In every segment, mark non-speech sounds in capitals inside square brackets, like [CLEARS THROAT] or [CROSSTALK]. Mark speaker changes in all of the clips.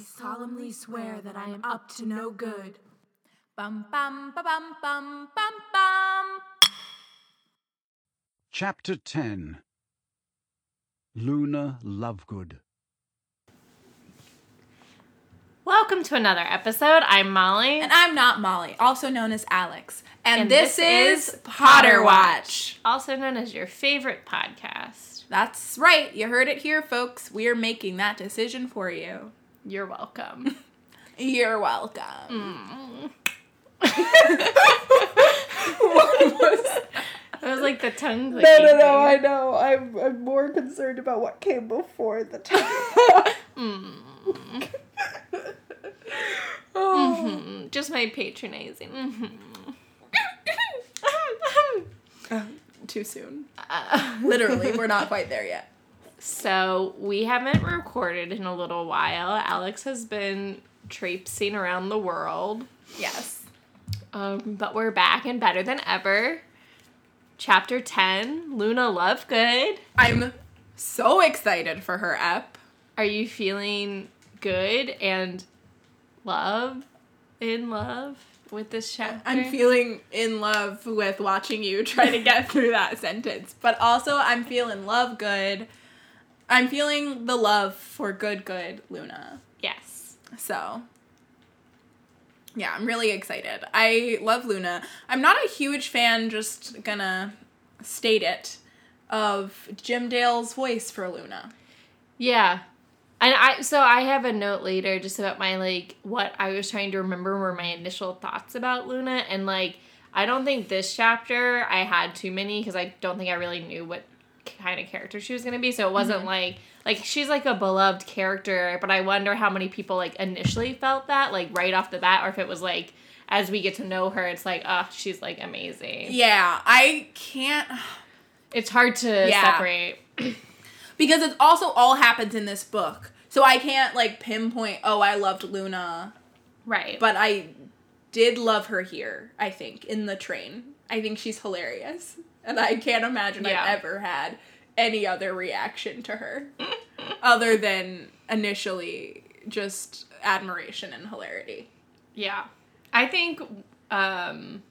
Speaker 1: solemnly swear that I am up to no good.
Speaker 2: Bum bum ba bum bum bum bum.
Speaker 3: Chapter 10 Luna Lovegood.
Speaker 4: Welcome to another episode. I'm Molly.
Speaker 2: And I'm not Molly, also known as Alex. And,
Speaker 4: And
Speaker 2: this,
Speaker 4: this
Speaker 2: is
Speaker 4: is
Speaker 2: Potter
Speaker 4: Potter
Speaker 2: Watch.
Speaker 4: also known as your favorite podcast.
Speaker 2: That's right, you heard it here, folks. We're making that decision for you. [LAUGHS]
Speaker 4: You're welcome.
Speaker 2: You're welcome.
Speaker 4: It was like the tongue clicking.
Speaker 5: No, no,
Speaker 4: thing.
Speaker 5: no, I know. I'm, I'm more concerned about what came before the time.
Speaker 4: Mm, Just my patronizing.
Speaker 2: [LAUGHS]
Speaker 4: Mhm.
Speaker 2: Too soon. Literally, we're not quite there yet.
Speaker 4: so, we haven't recorded in a little while. Alex has been traipsing around the world.
Speaker 2: [LAUGHS] Yes.
Speaker 4: Um, but we're back and better than ever. Chapter 10 Luna Lovegood.
Speaker 2: I'm so excited for her ep.
Speaker 4: Are you feeling good and love? In love with this chapter?
Speaker 2: I'm feeling in love with watching you try to get [LAUGHS] through that sentence. But also, I'm feeling love good. I'm feeling the love for good, good Luna.
Speaker 4: Yes.
Speaker 2: So, yeah, I'm really excited. I love Luna. I'm not a huge fan, just gonna state it, of Jim Dale's voice for Luna.
Speaker 4: Yeah. And I so I have a note later just about my like what I was trying to remember were my initial thoughts about Luna and like I don't think this chapter I had too many cuz I don't think I really knew what kind of character she was going to be so it wasn't
Speaker 2: Mm-hmm.
Speaker 4: like like she's like a beloved character but I wonder how many people like initially felt that like right off the bat or if it was like as we get to know her it's like oh she's like amazing.
Speaker 2: Yeah, I can't.
Speaker 4: It's hard to
Speaker 2: Yeah.
Speaker 4: separate.
Speaker 2: because it's also all happens in this book. So I can't like pinpoint, oh, I loved Luna,
Speaker 4: Right.
Speaker 2: but I did love her here, I think, in the train. I think she's hilarious. And I can't imagine
Speaker 4: Yeah.
Speaker 2: I've ever had any other reaction to her [LAUGHS] other than initially just admiration and hilarity.
Speaker 4: Yeah. I think um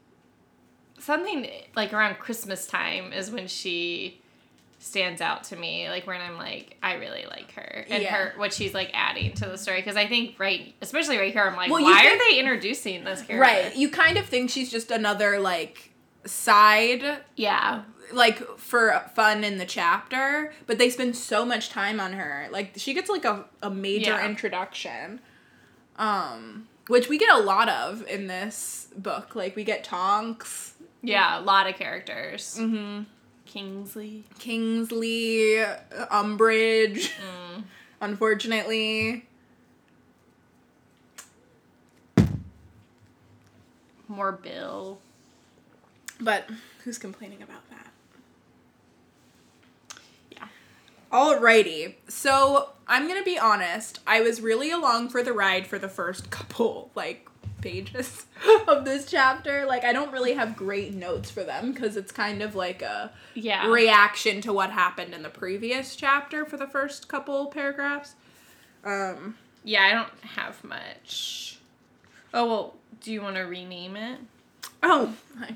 Speaker 4: something like around Christmas time is when she stands out to me like when I'm like I really like her and
Speaker 2: Yeah.
Speaker 4: her what she's like adding to the story cuz I think right especially right here I'm like
Speaker 2: Well, you
Speaker 4: why
Speaker 2: think-
Speaker 4: are they introducing this character?
Speaker 2: Right. You kind of think she's just another like side
Speaker 4: Yeah.
Speaker 2: like for fun in the chapter, but they spend so much time on her. Like she gets like a, a major
Speaker 4: Yeah.
Speaker 2: introduction. Um which we get a lot of in this book. Like we get Tonks,
Speaker 4: Yeah, a lot of characters. Mhm.
Speaker 2: Mm-hmm.
Speaker 4: Kingsley.
Speaker 2: Kingsley, Umbridge, unfortunately.
Speaker 4: More Bill.
Speaker 2: But who's complaining about that?
Speaker 4: Yeah.
Speaker 2: Alrighty. So I'm gonna be honest. I was really along for the ride for the first [LAUGHS] couple like pages [LAUGHS] of this chapter. Like I don't really have great notes for them because it's kind of like a
Speaker 4: Yeah.
Speaker 2: reaction to what happened in the previous chapter for the first couple paragraphs. Um.
Speaker 4: yeah, I don't have much. Oh, well, do you want to rename it?
Speaker 2: Oh, I,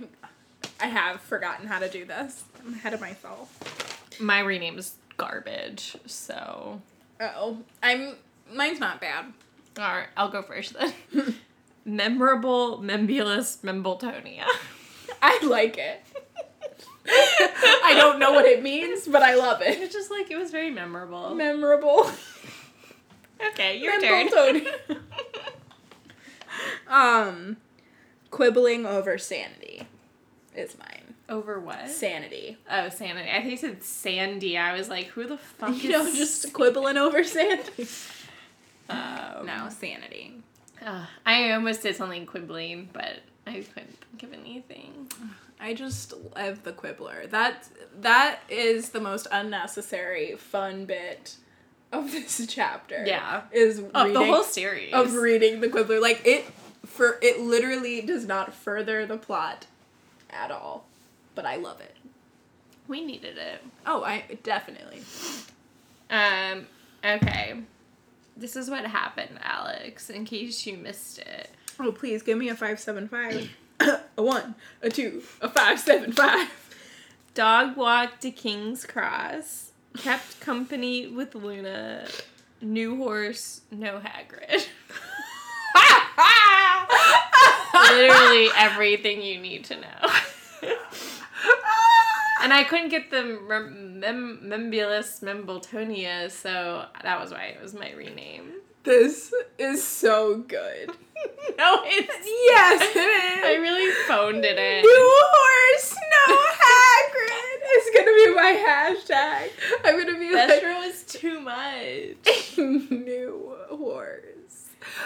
Speaker 2: I have forgotten how to do this. I'm ahead of myself.
Speaker 4: My rename is garbage, so
Speaker 2: Oh, I'm. Mine's not bad.
Speaker 4: All right, I'll go first then. [LAUGHS] Memorable Membulus Membletonia.
Speaker 2: I like it. [LAUGHS] I don't know what it means, but I love
Speaker 4: It
Speaker 2: it.
Speaker 4: was just like it was very memorable.
Speaker 2: Memorable.
Speaker 4: okay, your
Speaker 2: Membletonia.
Speaker 4: turn.
Speaker 2: Um, quibbling over sanity is mine.
Speaker 4: Over what?
Speaker 2: Sanity.
Speaker 4: oh, sanity. I think you said Sandy. I was like, who the [LAUGHS] fuck
Speaker 2: You
Speaker 4: is
Speaker 2: know, just quibbling over sanity.
Speaker 4: um,
Speaker 2: No, sanity.
Speaker 4: uh, I almost did something quibbling, but I couldn't think of anything.
Speaker 2: I just love the quibbler. That that is the most unnecessary fun bit of this chapter.
Speaker 4: Yeah.
Speaker 2: Is
Speaker 4: Of Oh, the
Speaker 2: reading-
Speaker 4: whole series.
Speaker 2: of reading the Quibbler. Like it for it literally does not further the plot at all. But I love it.
Speaker 4: we needed it.
Speaker 2: Oh, I definitely.
Speaker 4: Um, okay. This is what happened, Alex, in case you missed it.
Speaker 2: Oh, please give me a 575. a 1, a 2, a 575.
Speaker 4: Dog walked to King's Cross, kept company with Luna, new horse, no Hagrid. Literally everything you need to know. and I couldn't get the mem- mem- Membulus Membletonia, so that was why it was my rename.
Speaker 2: This is so good.
Speaker 4: No, it's.
Speaker 2: Yes,
Speaker 4: [LAUGHS]
Speaker 2: it
Speaker 4: I really phoned it in.
Speaker 2: New horse, no Hagrid is gonna be my hashtag. I'm gonna be
Speaker 4: Vestra was too much.
Speaker 2: like new horse.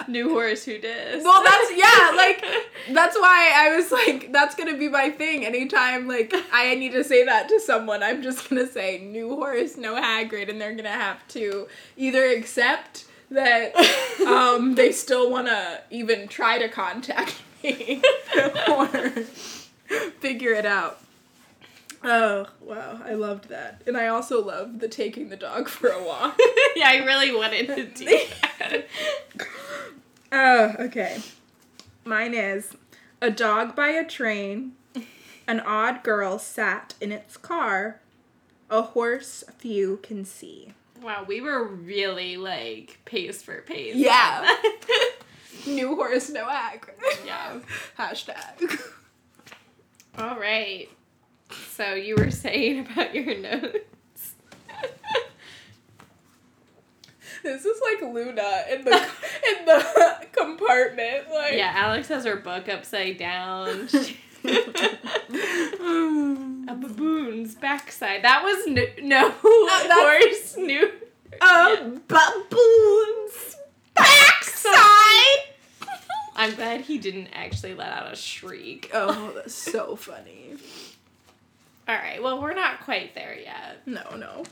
Speaker 4: New horse, who dis?
Speaker 2: Well, that's yeah,
Speaker 4: [LAUGHS]
Speaker 2: like that's why I was like, that's gonna be my thing. Anytime like I need to say that to someone, I'm just gonna say new horse, no Hagrid, and they're gonna have to either accept that
Speaker 4: [LAUGHS]
Speaker 2: um, they still wanna even try to contact me [LAUGHS] or figure it out. Oh wow, I loved that, and I also love the taking the dog for a walk.
Speaker 4: [LAUGHS] yeah, I really wanted to do that.
Speaker 2: [LAUGHS] Oh, okay. Mine is a dog by a train, an odd girl sat in its car, a horse few can see.
Speaker 4: wow, we were really like pace for pace.
Speaker 2: Yeah. [LAUGHS] New horse, no act.
Speaker 4: yeah.
Speaker 2: Hashtag. [LAUGHS]
Speaker 4: All right. So you were saying about your notes. [LAUGHS]
Speaker 2: This is like Luna in
Speaker 4: [LAUGHS]
Speaker 2: the in the [LAUGHS] compartment, like
Speaker 4: yeah, Alex has her book upside down. A baboon's backside. That was no, [LAUGHS] no
Speaker 2: that's-
Speaker 4: horse new
Speaker 2: a baboon's
Speaker 4: backside. [LAUGHS] I'm glad he didn't actually let out a shriek.
Speaker 2: Oh, that's so funny.
Speaker 4: All right. Well, we're not quite there yet.
Speaker 2: No, no.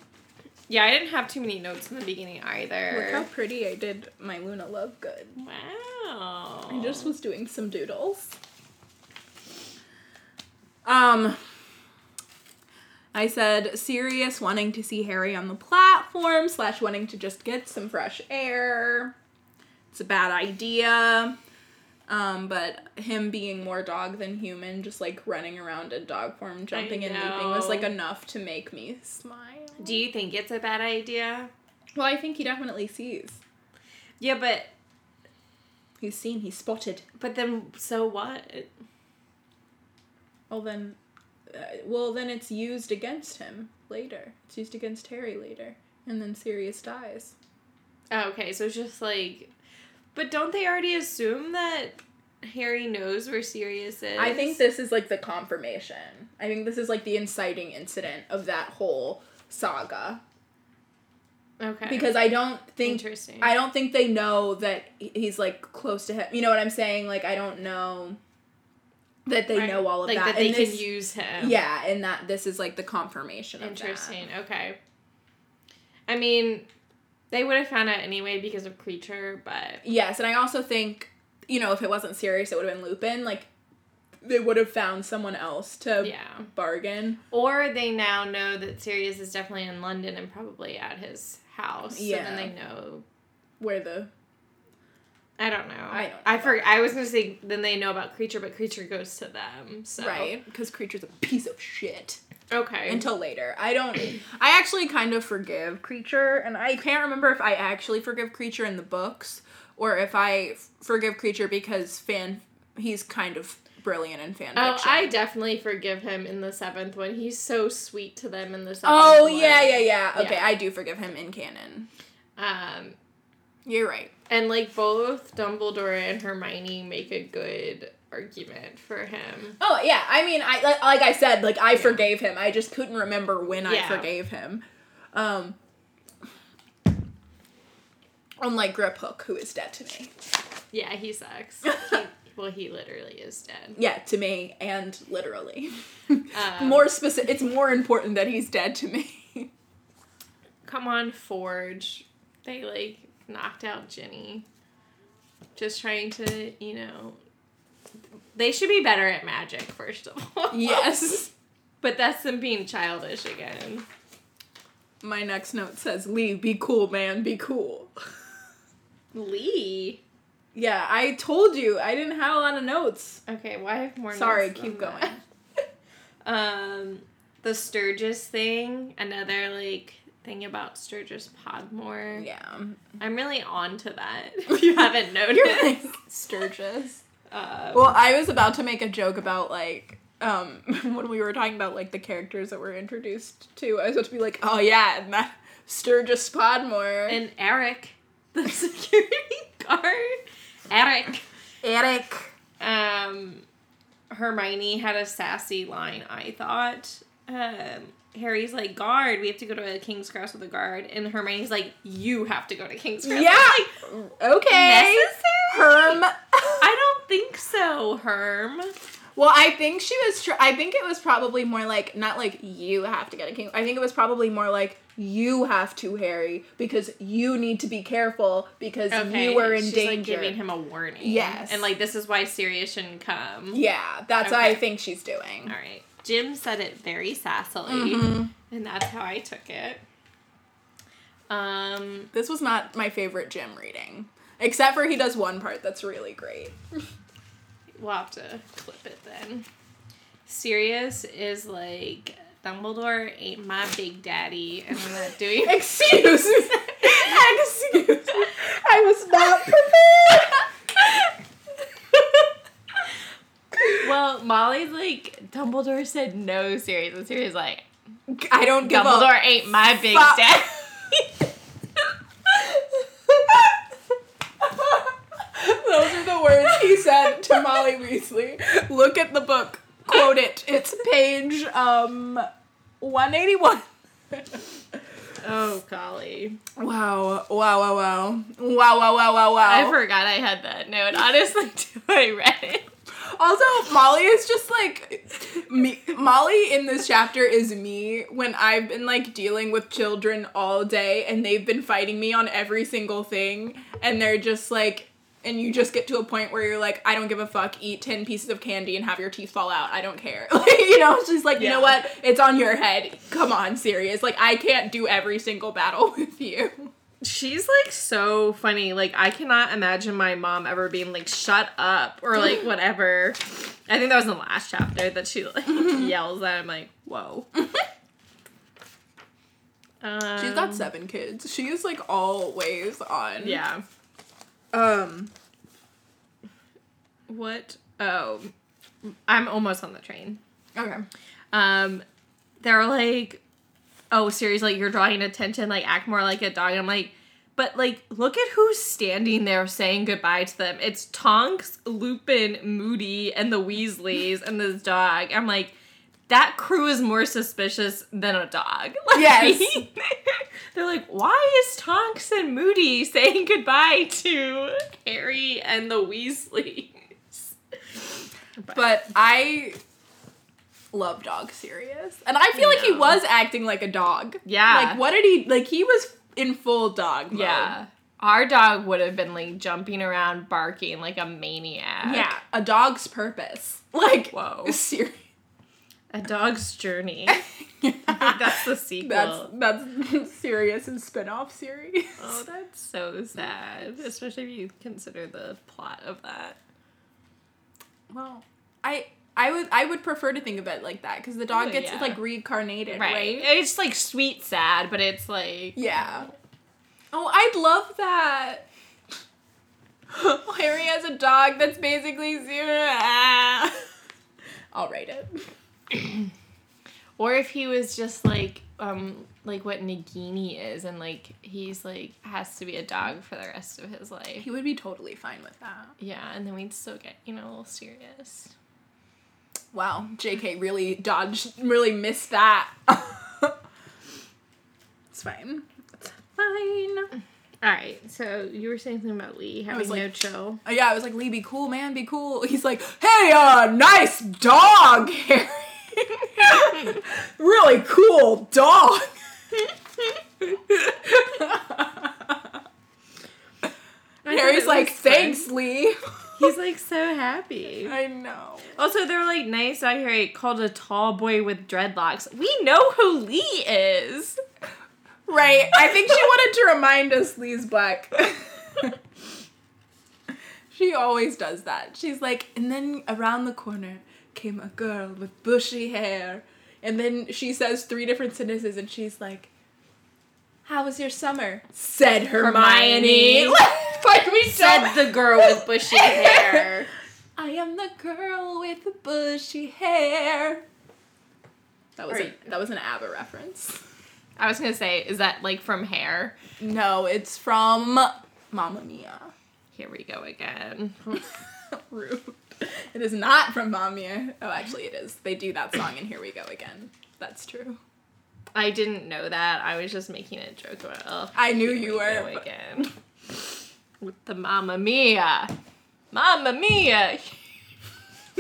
Speaker 4: Yeah, I didn't have too many notes in the beginning
Speaker 2: Look how
Speaker 4: either.
Speaker 2: pretty I did my Luna love good.
Speaker 4: Wow.
Speaker 2: I just was doing some doodles. Um, I said Sirius wanting to see Harry on the platform slash wanting to just get some fresh air. It's a bad idea. Um, but him being more dog than human, just like running around in dog form, jumping and leaping was like
Speaker 4: know.
Speaker 2: enough to make me smile.
Speaker 4: Do you think it's a bad idea?
Speaker 2: Well, I think he definitely sees.
Speaker 4: Yeah, but
Speaker 2: He's seen. He's spotted.
Speaker 4: but then so what?
Speaker 2: Well then, uh, well then it's used against him later. It's used against Harry later, and then Sirius dies.
Speaker 4: Oh, okay, so it's just like, but don't they already assume that Harry knows where Sirius is?
Speaker 2: I think this is like the confirmation. I think this is like the inciting incident of that whole saga
Speaker 4: okay
Speaker 2: because I don't think
Speaker 4: interesting.
Speaker 2: I don't think they know that he- he's like close to him. You know what I'm saying? Like I don't know that they
Speaker 4: Right.
Speaker 2: know all of
Speaker 4: like
Speaker 2: that.
Speaker 4: they
Speaker 2: and
Speaker 4: can
Speaker 2: this-
Speaker 4: use him.
Speaker 2: Yeah, and that this is like the confirmation of that.
Speaker 4: Interesting. Okay. I mean, they would have found out anyway because of creature, but
Speaker 2: Yes, and I also think, you know, if it wasn't serious, it would have been Lupin. Like, they would have found someone else to
Speaker 4: yeah.
Speaker 2: bargain.
Speaker 4: Or they now know that Sirius is definitely in London and probably at his house. Yeah.
Speaker 2: Yeah.
Speaker 4: So then they know.
Speaker 2: Where the
Speaker 4: I don't know.
Speaker 2: I don't know.
Speaker 4: I for, I was gonna say then they know about creature, but creature goes to them. So
Speaker 2: right because creature's a piece of shit
Speaker 4: Okay.
Speaker 2: until later. I
Speaker 4: [CLEARS THROAT]
Speaker 2: don't. I actually kind of forgive creature, and I can't remember if I actually forgive creature in the books or if I f- forgive creature because fan he's kind of brilliant in fan
Speaker 4: oh,
Speaker 2: fiction.
Speaker 4: I definitely forgive him in the seventh one. He's so sweet to them in the seventh.
Speaker 2: Oh
Speaker 4: one.
Speaker 2: yeah, yeah, yeah. Okay,
Speaker 4: Yeah.
Speaker 2: I do forgive him in canon.
Speaker 4: Um,
Speaker 2: You're right.
Speaker 4: and like both Dumbledore and Hermione make a good argument for him.
Speaker 2: Oh yeah, I mean, I like, like I said, like I forgave him. I just couldn't remember when
Speaker 4: Yeah.
Speaker 2: I forgave him. Um, unlike Grip Hook, who is dead to me.
Speaker 4: Yeah, he
Speaker 2: [LAUGHS]
Speaker 4: sucks. he, well, he literally is dead.
Speaker 2: Yeah, to me and literally.
Speaker 4: Um,
Speaker 2: [LAUGHS] more specific, it's more important that he's dead to me. [LAUGHS]
Speaker 4: come on forge they like knocked out jenny just trying to you know they should be better at magic first of all
Speaker 2: yes.
Speaker 4: [LAUGHS] but that's them being childish again
Speaker 2: My next note says, "Lee, be cool, man, be cool."
Speaker 4: Lee.
Speaker 2: Yeah, I told you I didn't have a lot of notes.
Speaker 4: Okay, well, I have more.
Speaker 2: Sorry,
Speaker 4: notes
Speaker 2: keep
Speaker 4: than
Speaker 2: going.
Speaker 4: that. Um, the Sturgis thing, another like thing about Sturgis Podmore.
Speaker 2: Yeah.
Speaker 4: I'm really on to [LAUGHS] that. If you haven't noticed.
Speaker 2: [LAUGHS] Sturgis.
Speaker 4: Um,
Speaker 2: Well, I was about to make a joke about like um [LAUGHS] when we were talking about like the characters that were introduced to. I was about to be like, oh yeah, and that Sturgis Podmore
Speaker 4: and Eric, the [LAUGHS] security guard. Eric.
Speaker 2: Eric.
Speaker 4: Um, Hermione had a sassy line, I thought. Um, Harry's like, guard, we have to go to King's Cross with a guard. And Hermione's like, you have to go to King's Cross.
Speaker 2: Yeah.
Speaker 4: Like,
Speaker 2: Okay.
Speaker 4: necessary?
Speaker 2: Herm. [LAUGHS]
Speaker 4: I don't think so, Herm.
Speaker 2: well, I think she was. Tr- I think it was probably more like not like you have to get a king. I think it was probably more like you have to Harry because you need to be careful because you were in
Speaker 4: she's, like,
Speaker 2: danger.
Speaker 4: giving him a warning.
Speaker 2: Yes.
Speaker 4: And like, this is why Sirius shouldn't come.
Speaker 2: yeah, that's what I
Speaker 4: Okay.
Speaker 2: think she's doing.
Speaker 4: All right. Jim said it very sassily,
Speaker 2: Mm-hmm.
Speaker 4: and that's how I took it. Um,
Speaker 2: This was not my favorite Jim reading. Except for he does one part that's really great. [LAUGHS]
Speaker 4: we'll have to clip it then. Sirius is like, Dumbledore ain't my big daddy, and I'm not doing
Speaker 2: [LAUGHS] Excuse me. Excuse me.
Speaker 5: I was not prepared.
Speaker 4: Well, Molly's like, Dumbledore said no, Sirius. And Sirius is like,
Speaker 2: I don't give up.
Speaker 4: Dumbledore ain't my big
Speaker 2: fuck. [LAUGHS]
Speaker 4: daddy.
Speaker 2: Those are the words he said to Molly Weasley. Look at the book. Quote it. It's page um 181.
Speaker 4: Oh, golly.
Speaker 2: Wow. Wow, wow, wow. Wow, wow, wow, wow, wow.
Speaker 4: I forgot I had that note, honestly, [LAUGHS] till I read it.
Speaker 2: Also, Molly is just like me. Molly in this chapter is me when I've been like dealing with children all day and they've been fighting me on every single thing, and they're just like, and you just get to a point where you're like, I don't give a fuck. Eat ten pieces of candy and have your teeth fall out. I don't care. [LAUGHS] Like, you know, she's like, you know
Speaker 4: Yeah.
Speaker 2: what? It's on your head. Come on, serious. Like I can't do every single battle [LAUGHS] with you.
Speaker 4: She's like so funny. Like, I cannot imagine my mom ever being like, shut up
Speaker 2: [LAUGHS]
Speaker 4: or like whatever. I think that was in the last chapter that
Speaker 2: [LAUGHS]
Speaker 4: she like yells at him, like, whoa. um,
Speaker 2: She's got seven kids. She is like always on.
Speaker 4: Yeah.
Speaker 2: Um.
Speaker 4: What? Oh, I'm almost on the train.
Speaker 2: Okay.
Speaker 4: Um, they're like, oh, seriously, like, you're drawing attention. Like, act more like a dog. And I'm like, but like, look at who's standing there saying goodbye to them. It's Tonks, Lupin, Moody, and the Weasleys, and this dog. I'm like, that crew is more suspicious than a dog. [LAUGHS] Like,
Speaker 2: Yes.
Speaker 4: they're like, why is Tonks and Moody saying goodbye to Harry and the Weasleys? [LAUGHS]
Speaker 2: But I love dog serious. And I feel like he
Speaker 4: know.
Speaker 2: was acting like a dog.
Speaker 4: Yeah.
Speaker 2: Like what did he like he was in full dog mode.
Speaker 4: Yeah. Our dog would have been like jumping around barking like a maniac.
Speaker 2: Yeah. A dog's purpose. [LAUGHS] Like
Speaker 4: Whoa.
Speaker 2: serious.
Speaker 4: A dog's [LAUGHS] journey.
Speaker 2: that's
Speaker 4: That's the sequel.
Speaker 2: that's [LAUGHS] serious and spin-off series.
Speaker 4: [LAUGHS] oh, that's so sad. Especially if you consider the plot of that.
Speaker 2: Well, I I would I would prefer to think of it like that because the dog
Speaker 4: Oh,
Speaker 2: gets
Speaker 4: yeah.
Speaker 2: like reincarnated,
Speaker 4: Right.
Speaker 2: right?
Speaker 4: It's like sweet sad, but it's like
Speaker 2: [LAUGHS] Yeah. Oh, I'd love that. Harry has a dog that's basically zero. I'll write it.
Speaker 4: Or if he was just like um like what Nagini is and like he's like has to be a dog for the rest of his life.
Speaker 2: He would be totally fine with that.
Speaker 4: Yeah, and then we'd still get, you know, a little serious.
Speaker 2: Wow, JK really dodged, really missed that. [LAUGHS] it's fine. It's fine.
Speaker 4: Alright, so you were saying something about Lee having
Speaker 2: was like-
Speaker 4: no chill. [LAUGHS]
Speaker 2: Oh, yeah, I was like, Lee, be cool, man, be cool. He's like, hey, uh, nice dog, [LAUGHS] Harry. really cool [LAUGHS] dog. Harry's like, thanks, Lee.
Speaker 4: He's like so happy.
Speaker 2: [LAUGHS] I know.
Speaker 4: Also, they're like nice out here. He called a tall boy with dreadlocks. We know who Lee is.
Speaker 2: Right. I think she wanted to remind us Lee's black. [LAUGHS] She always does that. She's like, and then around the corner came a girl with bushy hair. And then she says three different sentences and she's like, How was your summer? Said Hermione. [LAUGHS]
Speaker 4: Hermione.
Speaker 2: like, we
Speaker 4: Said the girl with [LAUGHS] bushy hair.
Speaker 2: I am the girl with the bushy hair. That was,
Speaker 4: Right.
Speaker 2: a, that was an ABBA reference.
Speaker 4: I was gonna say, is that like from hair?
Speaker 2: No, it's from Mamma Mia.
Speaker 4: Here we go again.
Speaker 2: Rude. It is not from Mamma Mia. Oh, actually, it is. They do that song and Here We Go Again. That's true.
Speaker 4: I didn't know that. I was just making a joke about. Oh,
Speaker 2: I knew
Speaker 4: here
Speaker 2: you
Speaker 4: we
Speaker 2: were,
Speaker 4: go
Speaker 2: but-
Speaker 4: again with the Mamma Mia. Mamma Mia. [LAUGHS]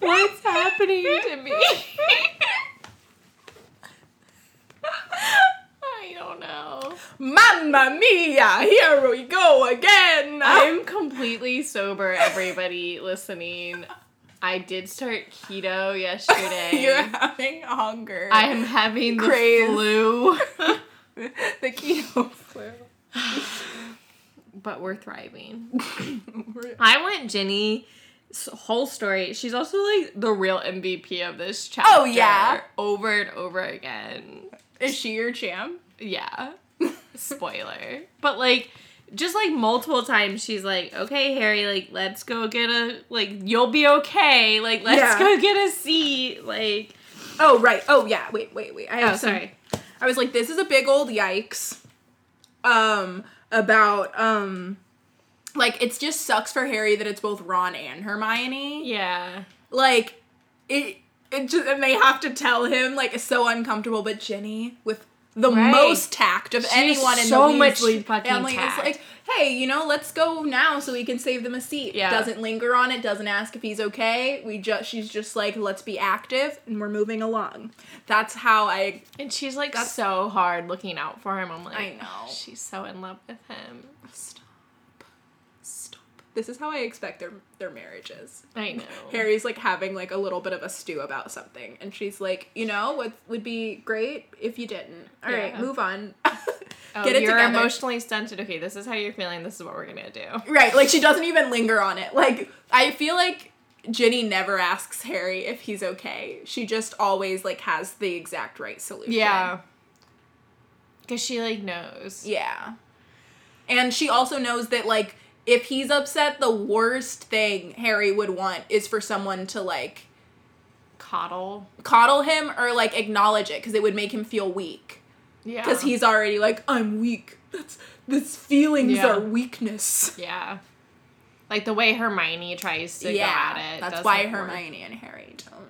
Speaker 4: What's happening to me? [LAUGHS] I don't know.
Speaker 2: Mamma Mia! Here we go again!
Speaker 4: I'm completely sober, everybody listening. I did
Speaker 2: [LAUGHS]
Speaker 4: start keto yesterday.
Speaker 2: You're having hunger.
Speaker 4: I am having the
Speaker 2: Craze.
Speaker 4: flu,
Speaker 2: [LAUGHS]
Speaker 4: [LAUGHS]
Speaker 2: the keto flu.
Speaker 4: but
Speaker 2: [LAUGHS]
Speaker 4: we're thriving. I want Jenny's whole story. She's also like the real MVP of this chapter.
Speaker 2: Oh, yeah.
Speaker 4: over and over again.
Speaker 2: Is she your champ? [LAUGHS]
Speaker 4: Yeah, spoiler. but like, just like multiple times, she's like, "Okay, Harry, like let's go get a like you'll be okay. Like let's
Speaker 2: Yeah.
Speaker 4: go get a seat. Like
Speaker 2: Oh, right. Oh, yeah. Wait, wait, wait. I have
Speaker 4: oh
Speaker 2: some-
Speaker 4: sorry,
Speaker 2: I was like, this is a big old yikes. Um, about, um, like, it just sucks for Harry that it's both Ron and Hermione.
Speaker 4: yeah,
Speaker 2: like it it just and they have to tell him like it's so uncomfortable but jenny with the
Speaker 4: Right.
Speaker 2: most tact of
Speaker 4: She has
Speaker 2: anyone in
Speaker 4: so
Speaker 2: the
Speaker 4: much
Speaker 2: Weasley
Speaker 4: fucking
Speaker 2: family
Speaker 4: tact.
Speaker 2: is like hey you know let's go now so we can save them a seat
Speaker 4: Yeah.
Speaker 2: doesn't linger on it doesn't ask if he's okay we just she's just like let's be active and we're moving along that's how i
Speaker 4: and she's like so hard looking out for him. I'm like,
Speaker 2: I know.
Speaker 4: she's so in love with him.
Speaker 2: stop stop this is how i expect their their marriages
Speaker 4: I know.
Speaker 2: Harry's like having like a little bit of a stew about something, and she's like, you know, what would be great if you didn't. All right,
Speaker 4: Yeah.
Speaker 2: move on. [LAUGHS]
Speaker 4: Oh,
Speaker 2: Get it
Speaker 4: you're
Speaker 2: together.
Speaker 4: emotionally stunted. Okay, this is how you're feeling. This is what we're
Speaker 2: [LAUGHS]
Speaker 4: gonna do.
Speaker 2: right, like she doesn't even linger on it. Like I feel like Ginny never asks Harry if he's okay. She just always like has the exact right solution.
Speaker 4: because she like knows.
Speaker 2: Yeah. And she also knows that like if he's upset, the worst thing Harry would want is for someone to like
Speaker 4: Coddle.
Speaker 2: coddle him or like acknowledge it because it would make him feel weak.
Speaker 4: Yeah,
Speaker 2: because he's already like i'm weak that's this feelings
Speaker 4: Yeah.
Speaker 2: are weakness
Speaker 4: yeah, like the way Hermione tries to
Speaker 2: yeah
Speaker 4: go at it.
Speaker 2: that's
Speaker 4: doesn't
Speaker 2: why
Speaker 4: work.
Speaker 2: hermione and harry don't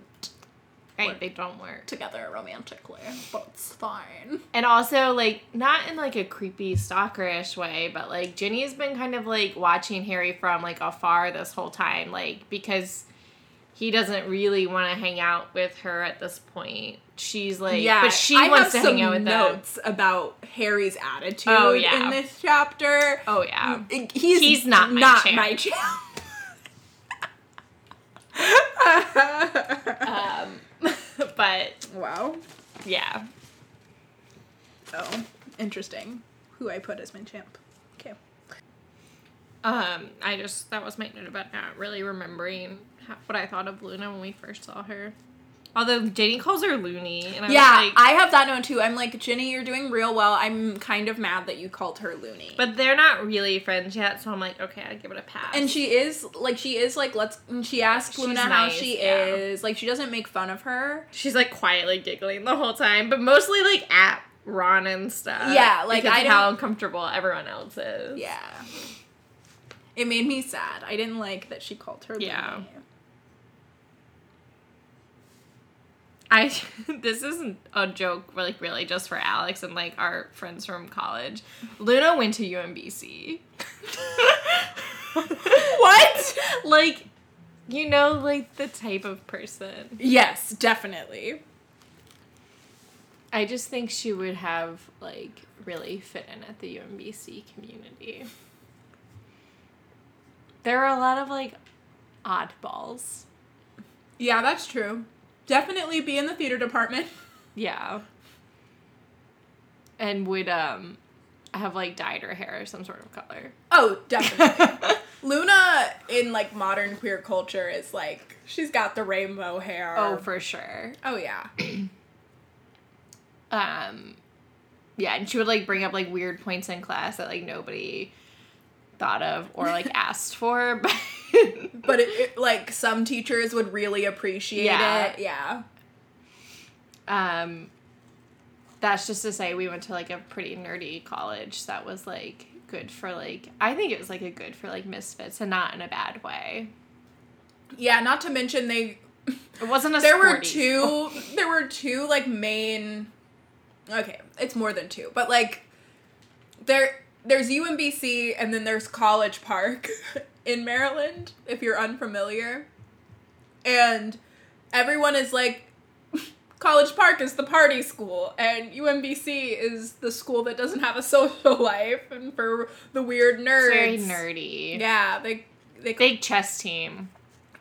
Speaker 4: Right, they don't work.
Speaker 2: together romantically but it's fine
Speaker 4: And also, like, not in like a creepy stalkerish way, but like Ginny's been kind of like watching Harry from like afar this whole time, like because he doesn't really want to hang out with her at this point. She's like,
Speaker 2: yeah
Speaker 4: but she
Speaker 2: I
Speaker 4: wants to
Speaker 2: have
Speaker 4: hang
Speaker 2: some
Speaker 4: out with them.
Speaker 2: notes about harry's attitude
Speaker 4: Oh, yeah.
Speaker 2: in this chapter
Speaker 4: Oh yeah,
Speaker 2: he's,
Speaker 4: He's not my
Speaker 2: not
Speaker 4: champ.
Speaker 2: my champ [LAUGHS]
Speaker 4: um,
Speaker 2: Mm.
Speaker 4: [LAUGHS] but
Speaker 2: wow
Speaker 4: yeah,
Speaker 2: oh interesting who i put as my champ okay
Speaker 4: um, I just that was my note about not really remembering how, what I thought of Luna when we first saw her. Although Ginny calls her Loony, and I
Speaker 2: Yeah,
Speaker 4: was like,
Speaker 2: I have that note too. I'm like, Ginny, you're doing real well. I'm kind of mad that you called her loony.
Speaker 4: But they're not really friends yet, so I'm like, okay, I give it a pass.
Speaker 2: and she is like, she is like, let's. and She asks
Speaker 4: She's
Speaker 2: Luna how
Speaker 4: nice,
Speaker 2: she
Speaker 4: yeah.
Speaker 2: is. Like, she doesn't make fun of her.
Speaker 4: she's like quietly giggling the whole time, but mostly like at Ron and stuff.
Speaker 2: Yeah, like,
Speaker 4: because
Speaker 2: I
Speaker 4: of how
Speaker 2: don't-
Speaker 4: uncomfortable everyone else is.
Speaker 2: Yeah. It made me sad. I didn't like that she called her.
Speaker 4: Yeah.
Speaker 2: loony.
Speaker 4: I [LAUGHS] this isn't a joke, like really just for Alex and like our friends from college. Luna went to UMBC.
Speaker 2: What?
Speaker 4: Like, you know, like the type of person.
Speaker 2: Yes, definitely.
Speaker 4: I just think she would have like really fit in at the UMBC community. There are a lot of like oddballs.
Speaker 2: Yeah, that's true. Definitely be in the theater department.
Speaker 4: Yeah. And would um have like dyed her hair some sort of color.
Speaker 2: [LAUGHS] Oh,
Speaker 4: [LAUGHS]
Speaker 2: definitely. Luna in like modern queer culture is like she's got the rainbow hair.
Speaker 4: Oh, for sure.
Speaker 2: oh yeah.
Speaker 4: Um, yeah, and she would like bring up like weird points in class that like nobody thought of
Speaker 2: [LAUGHS]
Speaker 4: or like asked for, [LAUGHS] but
Speaker 2: But it, it- like some teachers would really appreciate
Speaker 4: Yeah.
Speaker 2: it. Yeah.
Speaker 4: um, that's just to say we went to like a pretty nerdy college that was like good for like I think it was like a good for like misfits and not in a bad way.
Speaker 2: Yeah, not to mention they
Speaker 4: It wasn't a
Speaker 2: there were
Speaker 4: sporty school.
Speaker 2: two [LAUGHS] there were two like main okay, it's more than two, but like there there's UMBC and then there's College Park [LAUGHS] in Maryland, if you're unfamiliar. And everyone is like [LAUGHS] College Park is the party school, and UMBC is the school that doesn't have a [LAUGHS] social life and for the weird nerds.
Speaker 4: very nerdy.
Speaker 2: Yeah, they they
Speaker 4: Big chess team.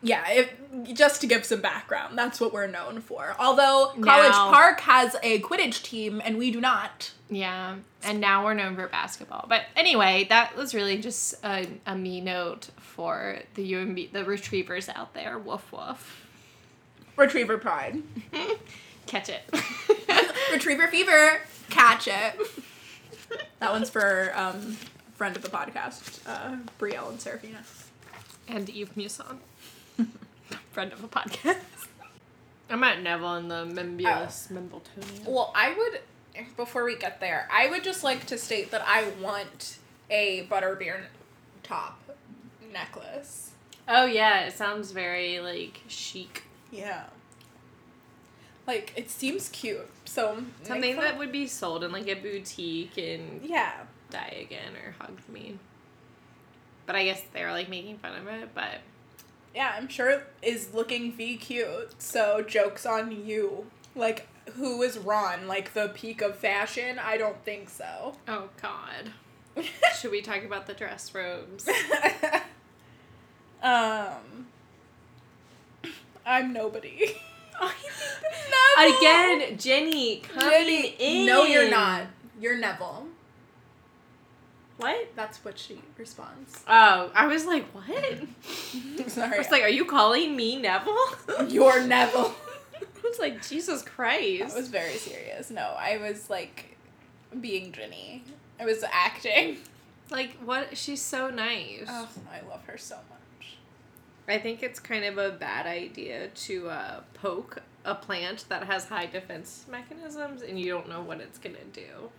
Speaker 2: yeah, if, just to give some background, that's what we're known for. Although College
Speaker 4: Now-
Speaker 2: Park has a Quidditch team and we do not.
Speaker 4: Yeah, and now we're known for basketball. But anyway, that was really just a, a me note for the UMB, the retrievers out there. Woof woof.
Speaker 2: Retriever pride.
Speaker 4: Catch it. [LAUGHS]
Speaker 2: Retriever fever. Catch [LAUGHS] it. that one's for um, friend of the podcast, uh, Brielle and Serafina.
Speaker 4: and Eve Muson, [LAUGHS] friend of a podcast. Oh. I'm at Neville in the Membulous Membletonia.
Speaker 2: Well, I would, before we get there, I would just like to state that I want a butterbeer top necklace.
Speaker 4: Oh yeah, it sounds very like chic.
Speaker 2: Yeah. Like, it seems cute. So,
Speaker 4: Something that would be sold in like a boutique in
Speaker 2: Yeah.
Speaker 4: die again or hug me. But I guess they were like making fun of it, but
Speaker 2: Yeah, I'm sure it is looking v cute. So jokes on you. Like who is Ron? Like the peak of fashion? I don't think so. [LAUGHS]
Speaker 4: oh god. Should we talk about the dress robes?
Speaker 2: um, I'm nobody. Neville!
Speaker 4: [LAUGHS] [LAUGHS] Again, Jenny, coming
Speaker 2: Jenny-
Speaker 4: in.
Speaker 2: No, you're not. You're Neville.
Speaker 4: What?
Speaker 2: That's what she
Speaker 4: [LAUGHS]
Speaker 2: responds.
Speaker 4: Oh, I was like, what? I
Speaker 2: Sorry.
Speaker 4: was like, are you calling me Neville? [LAUGHS] I
Speaker 2: you're Neville.
Speaker 4: was like, Jesus Christ.
Speaker 2: That was very serious. No, I was like being Ginny. I was acting.
Speaker 4: like, what? She's so nice.
Speaker 2: [LAUGHS] Oh, I love her so much.
Speaker 4: I think it's kind of a bad idea to uh, poke a plant that has high defense mechanisms and you don't know what it's gonna do.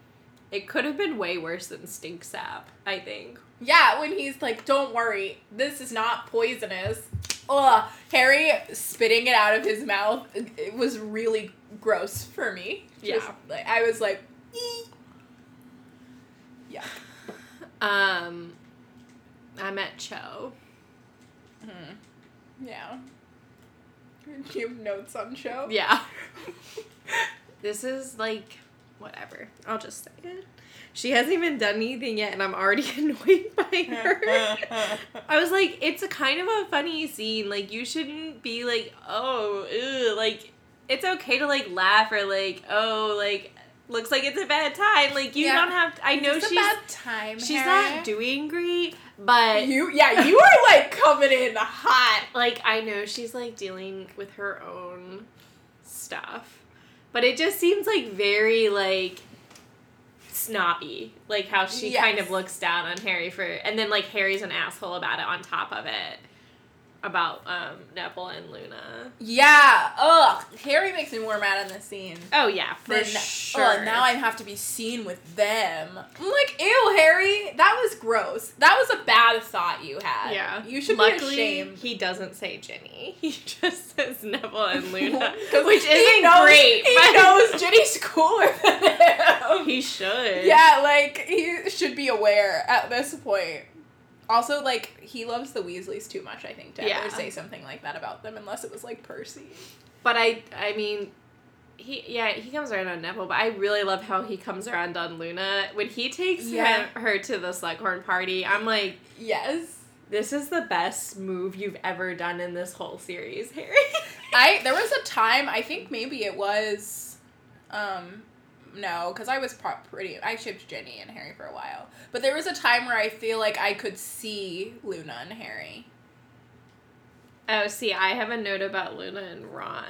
Speaker 4: It could have been way worse than stink sap, I think.
Speaker 2: Yeah, when he's like, "Don't worry, this is not poisonous." Ugh, Harry spitting it out of his mouth. It, it was really gross for me. Just,
Speaker 4: Yeah.
Speaker 2: like I was like, "Ee." yeah.
Speaker 4: Um, I'm at Cho.
Speaker 2: [LAUGHS] Yeah. Do you have notes on show? [LAUGHS]
Speaker 4: Yeah. [LAUGHS] this is like, whatever. I'll just say it. She hasn't even done anything yet, and I'm already [LAUGHS] annoyed by her. I was like, it's a kind of a funny scene. Like, you shouldn't be like, oh, ew. like, it's okay to like laugh or like, oh, like, looks like it's a bad time. Like, you
Speaker 2: Yeah.
Speaker 4: don't have. To, I know
Speaker 2: It's a
Speaker 4: she's
Speaker 2: bad time.
Speaker 4: she's
Speaker 2: Harry.
Speaker 4: not doing great, but
Speaker 2: You yeah, you are like coming in hot.
Speaker 4: like I know she's like dealing with her own stuff, but it just seems like very like snobby, like how she
Speaker 2: Yes.
Speaker 4: kind of looks down on Harry for, and then like Harry's an asshole about it on top of it, about um, Neville and Luna.
Speaker 2: Yeah. Ugh. Harry makes me more mad in this scene.
Speaker 4: Oh yeah, for
Speaker 2: then
Speaker 4: sure.
Speaker 2: oh, now I have to be seen with them. I'm like, ew, Harry, that was gross. That was a bad thought you had.
Speaker 4: yeah,
Speaker 2: you should
Speaker 4: Luckily,
Speaker 2: be ashamed.
Speaker 4: He doesn't say Ginny. [LAUGHS] He just says Neville
Speaker 2: [LAUGHS]
Speaker 4: and Luna,
Speaker 2: 'Cause
Speaker 4: which
Speaker 2: he
Speaker 4: isn't
Speaker 2: knows-
Speaker 4: great.
Speaker 2: He
Speaker 4: but [LAUGHS]
Speaker 2: knows Ginny's cooler than [LAUGHS] him.
Speaker 4: he should.
Speaker 2: yeah, like he should be aware at this point. Also, like he loves the Weasleys too much. I think to
Speaker 4: Yeah.
Speaker 2: ever say something like that about them, unless it was like Percy.
Speaker 4: But I, I mean, he, yeah, he comes around on Neville, but I really love how he comes around on Luna. When he takes
Speaker 2: Yeah.
Speaker 4: him, her to the Slughorn party, I'm like,
Speaker 2: Yes.
Speaker 4: this is the best move you've ever done in this whole series, [LAUGHS] Harry.
Speaker 2: I there was a time I think maybe it was um no, because I was pro- pretty. I shipped Jenny and Harry for a while, but there was a time where I feel like I could see Luna and Harry.
Speaker 4: Oh, see, I have a note about Luna and Ron.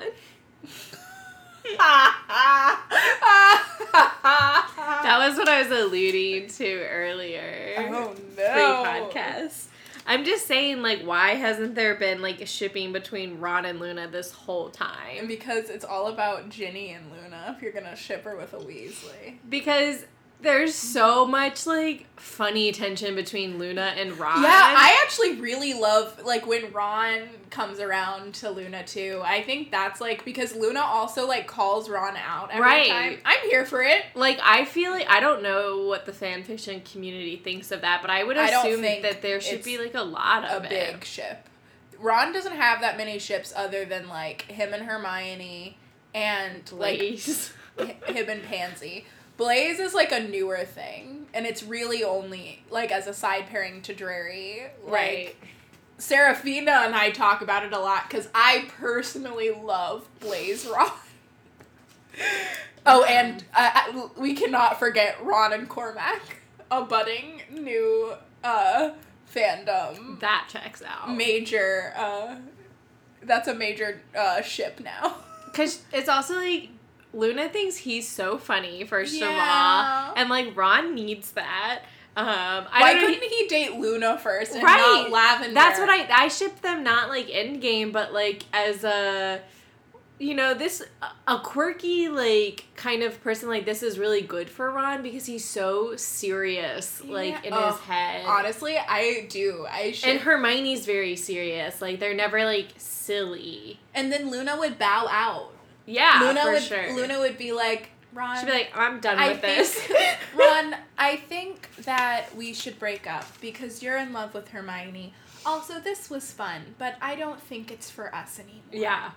Speaker 2: Oh, that
Speaker 4: That was what I was alluding to earlier.
Speaker 2: oh
Speaker 4: Pre-podcast. I'm just saying, like, why hasn't there been like shipping between Ron and Luna this whole
Speaker 2: And
Speaker 4: time?
Speaker 2: because it's all about Ginny and Luna, if you're gonna ship her with a Weasley.
Speaker 4: Because there's so much like funny tension between Luna and Ron.
Speaker 2: Yeah, I actually really love like when Ron comes around to Luna too. I think that's like because Luna also like calls Ron out every
Speaker 4: Right.
Speaker 2: time. I'm here for it.
Speaker 4: Like I feel like I don't know what the fan fiction community thinks of that, but I would
Speaker 2: I don't
Speaker 4: assume
Speaker 2: think
Speaker 4: that there should
Speaker 2: it's
Speaker 4: be like a lot
Speaker 2: A
Speaker 4: of it.
Speaker 2: big ship. Ron doesn't have that many ships other than like him and Hermione and like
Speaker 4: [LAUGHS] Blaze.
Speaker 2: hi- him and Pansy. Blaze is like a newer thing, and it's really only like as a side pairing to Drury. Like
Speaker 4: right.
Speaker 2: Serafina and I talk about it a lot because I personally love Blaze Ron. oh, and uh, uh, we cannot forget Ron and Cormac, a budding new uh, fandom
Speaker 4: That checks out.
Speaker 2: major. Uh, that's a major uh, ship now.
Speaker 4: Because it's also like Luna thinks he's so funny, first
Speaker 2: Yeah.
Speaker 4: of all. And like Ron needs that. Um, I
Speaker 2: Why
Speaker 4: don't know.
Speaker 2: couldn't he date Luna first and
Speaker 4: Right.
Speaker 2: not Lavender?
Speaker 4: That's what I I ship them not like end game, but like as a you know this a quirky like kind of person like this is really good for Ron because he's so serious like
Speaker 2: Yeah.
Speaker 4: in
Speaker 2: Oh,
Speaker 4: his head.
Speaker 2: Honestly, I do. I should.
Speaker 4: And Hermione's very serious. Like they're never like silly.
Speaker 2: and then Luna would bow out.
Speaker 4: Yeah,
Speaker 2: Luna
Speaker 4: for
Speaker 2: would
Speaker 4: sure.
Speaker 2: Luna would be like, Ron.
Speaker 4: She'd be like, I'm done
Speaker 2: I
Speaker 4: with this.
Speaker 2: think [LAUGHS] Ron, I think that we should break up because you're in love with Hermione. Also, this was fun, but I don't think it's for us anymore.
Speaker 4: [LAUGHS] yeah.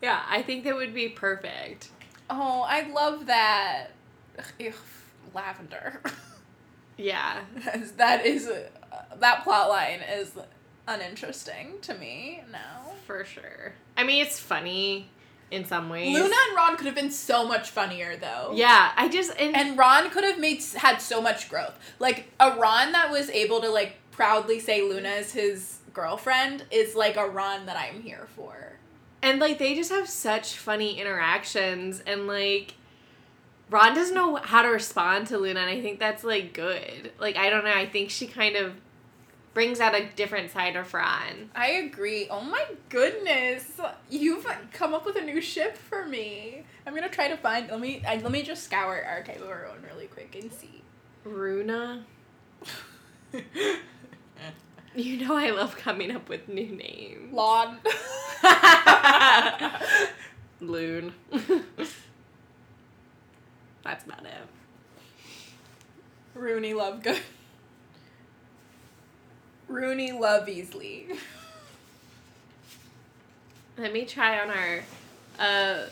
Speaker 4: Yeah, I think that would be perfect.
Speaker 2: Oh, I love that. Ugh, lavender. [LAUGHS]
Speaker 4: Yeah.
Speaker 2: that is uh, that plot line is uninteresting to me. No.
Speaker 4: For sure. I mean, it's funny in some ways.
Speaker 2: Luna and Ron could have been so much funnier though.
Speaker 4: Yeah, I just and,
Speaker 2: And Ron could have made had so much growth. Like a Ron that was able to like proudly say Luna is his girlfriend is like a Ron that I'm here for.
Speaker 4: and like they just have such funny interactions and like Ron doesn't know how to respond to Luna and I think that's like good. Like I don't know, I think she kind of brings out a different side of Ron.
Speaker 2: I agree. Oh my goodness, you've come up with a new ship for me. I'm gonna try to find. Let me. I, let me just scour archive of our own really quick and [LAUGHS] see.
Speaker 4: Runa. You know I love coming up with new
Speaker 2: [LAUGHS]
Speaker 4: names.
Speaker 2: Lon.
Speaker 4: Loon. that's about it.
Speaker 2: Rooney Lovegood. Rooney Love Easley.
Speaker 4: Let me try on our uh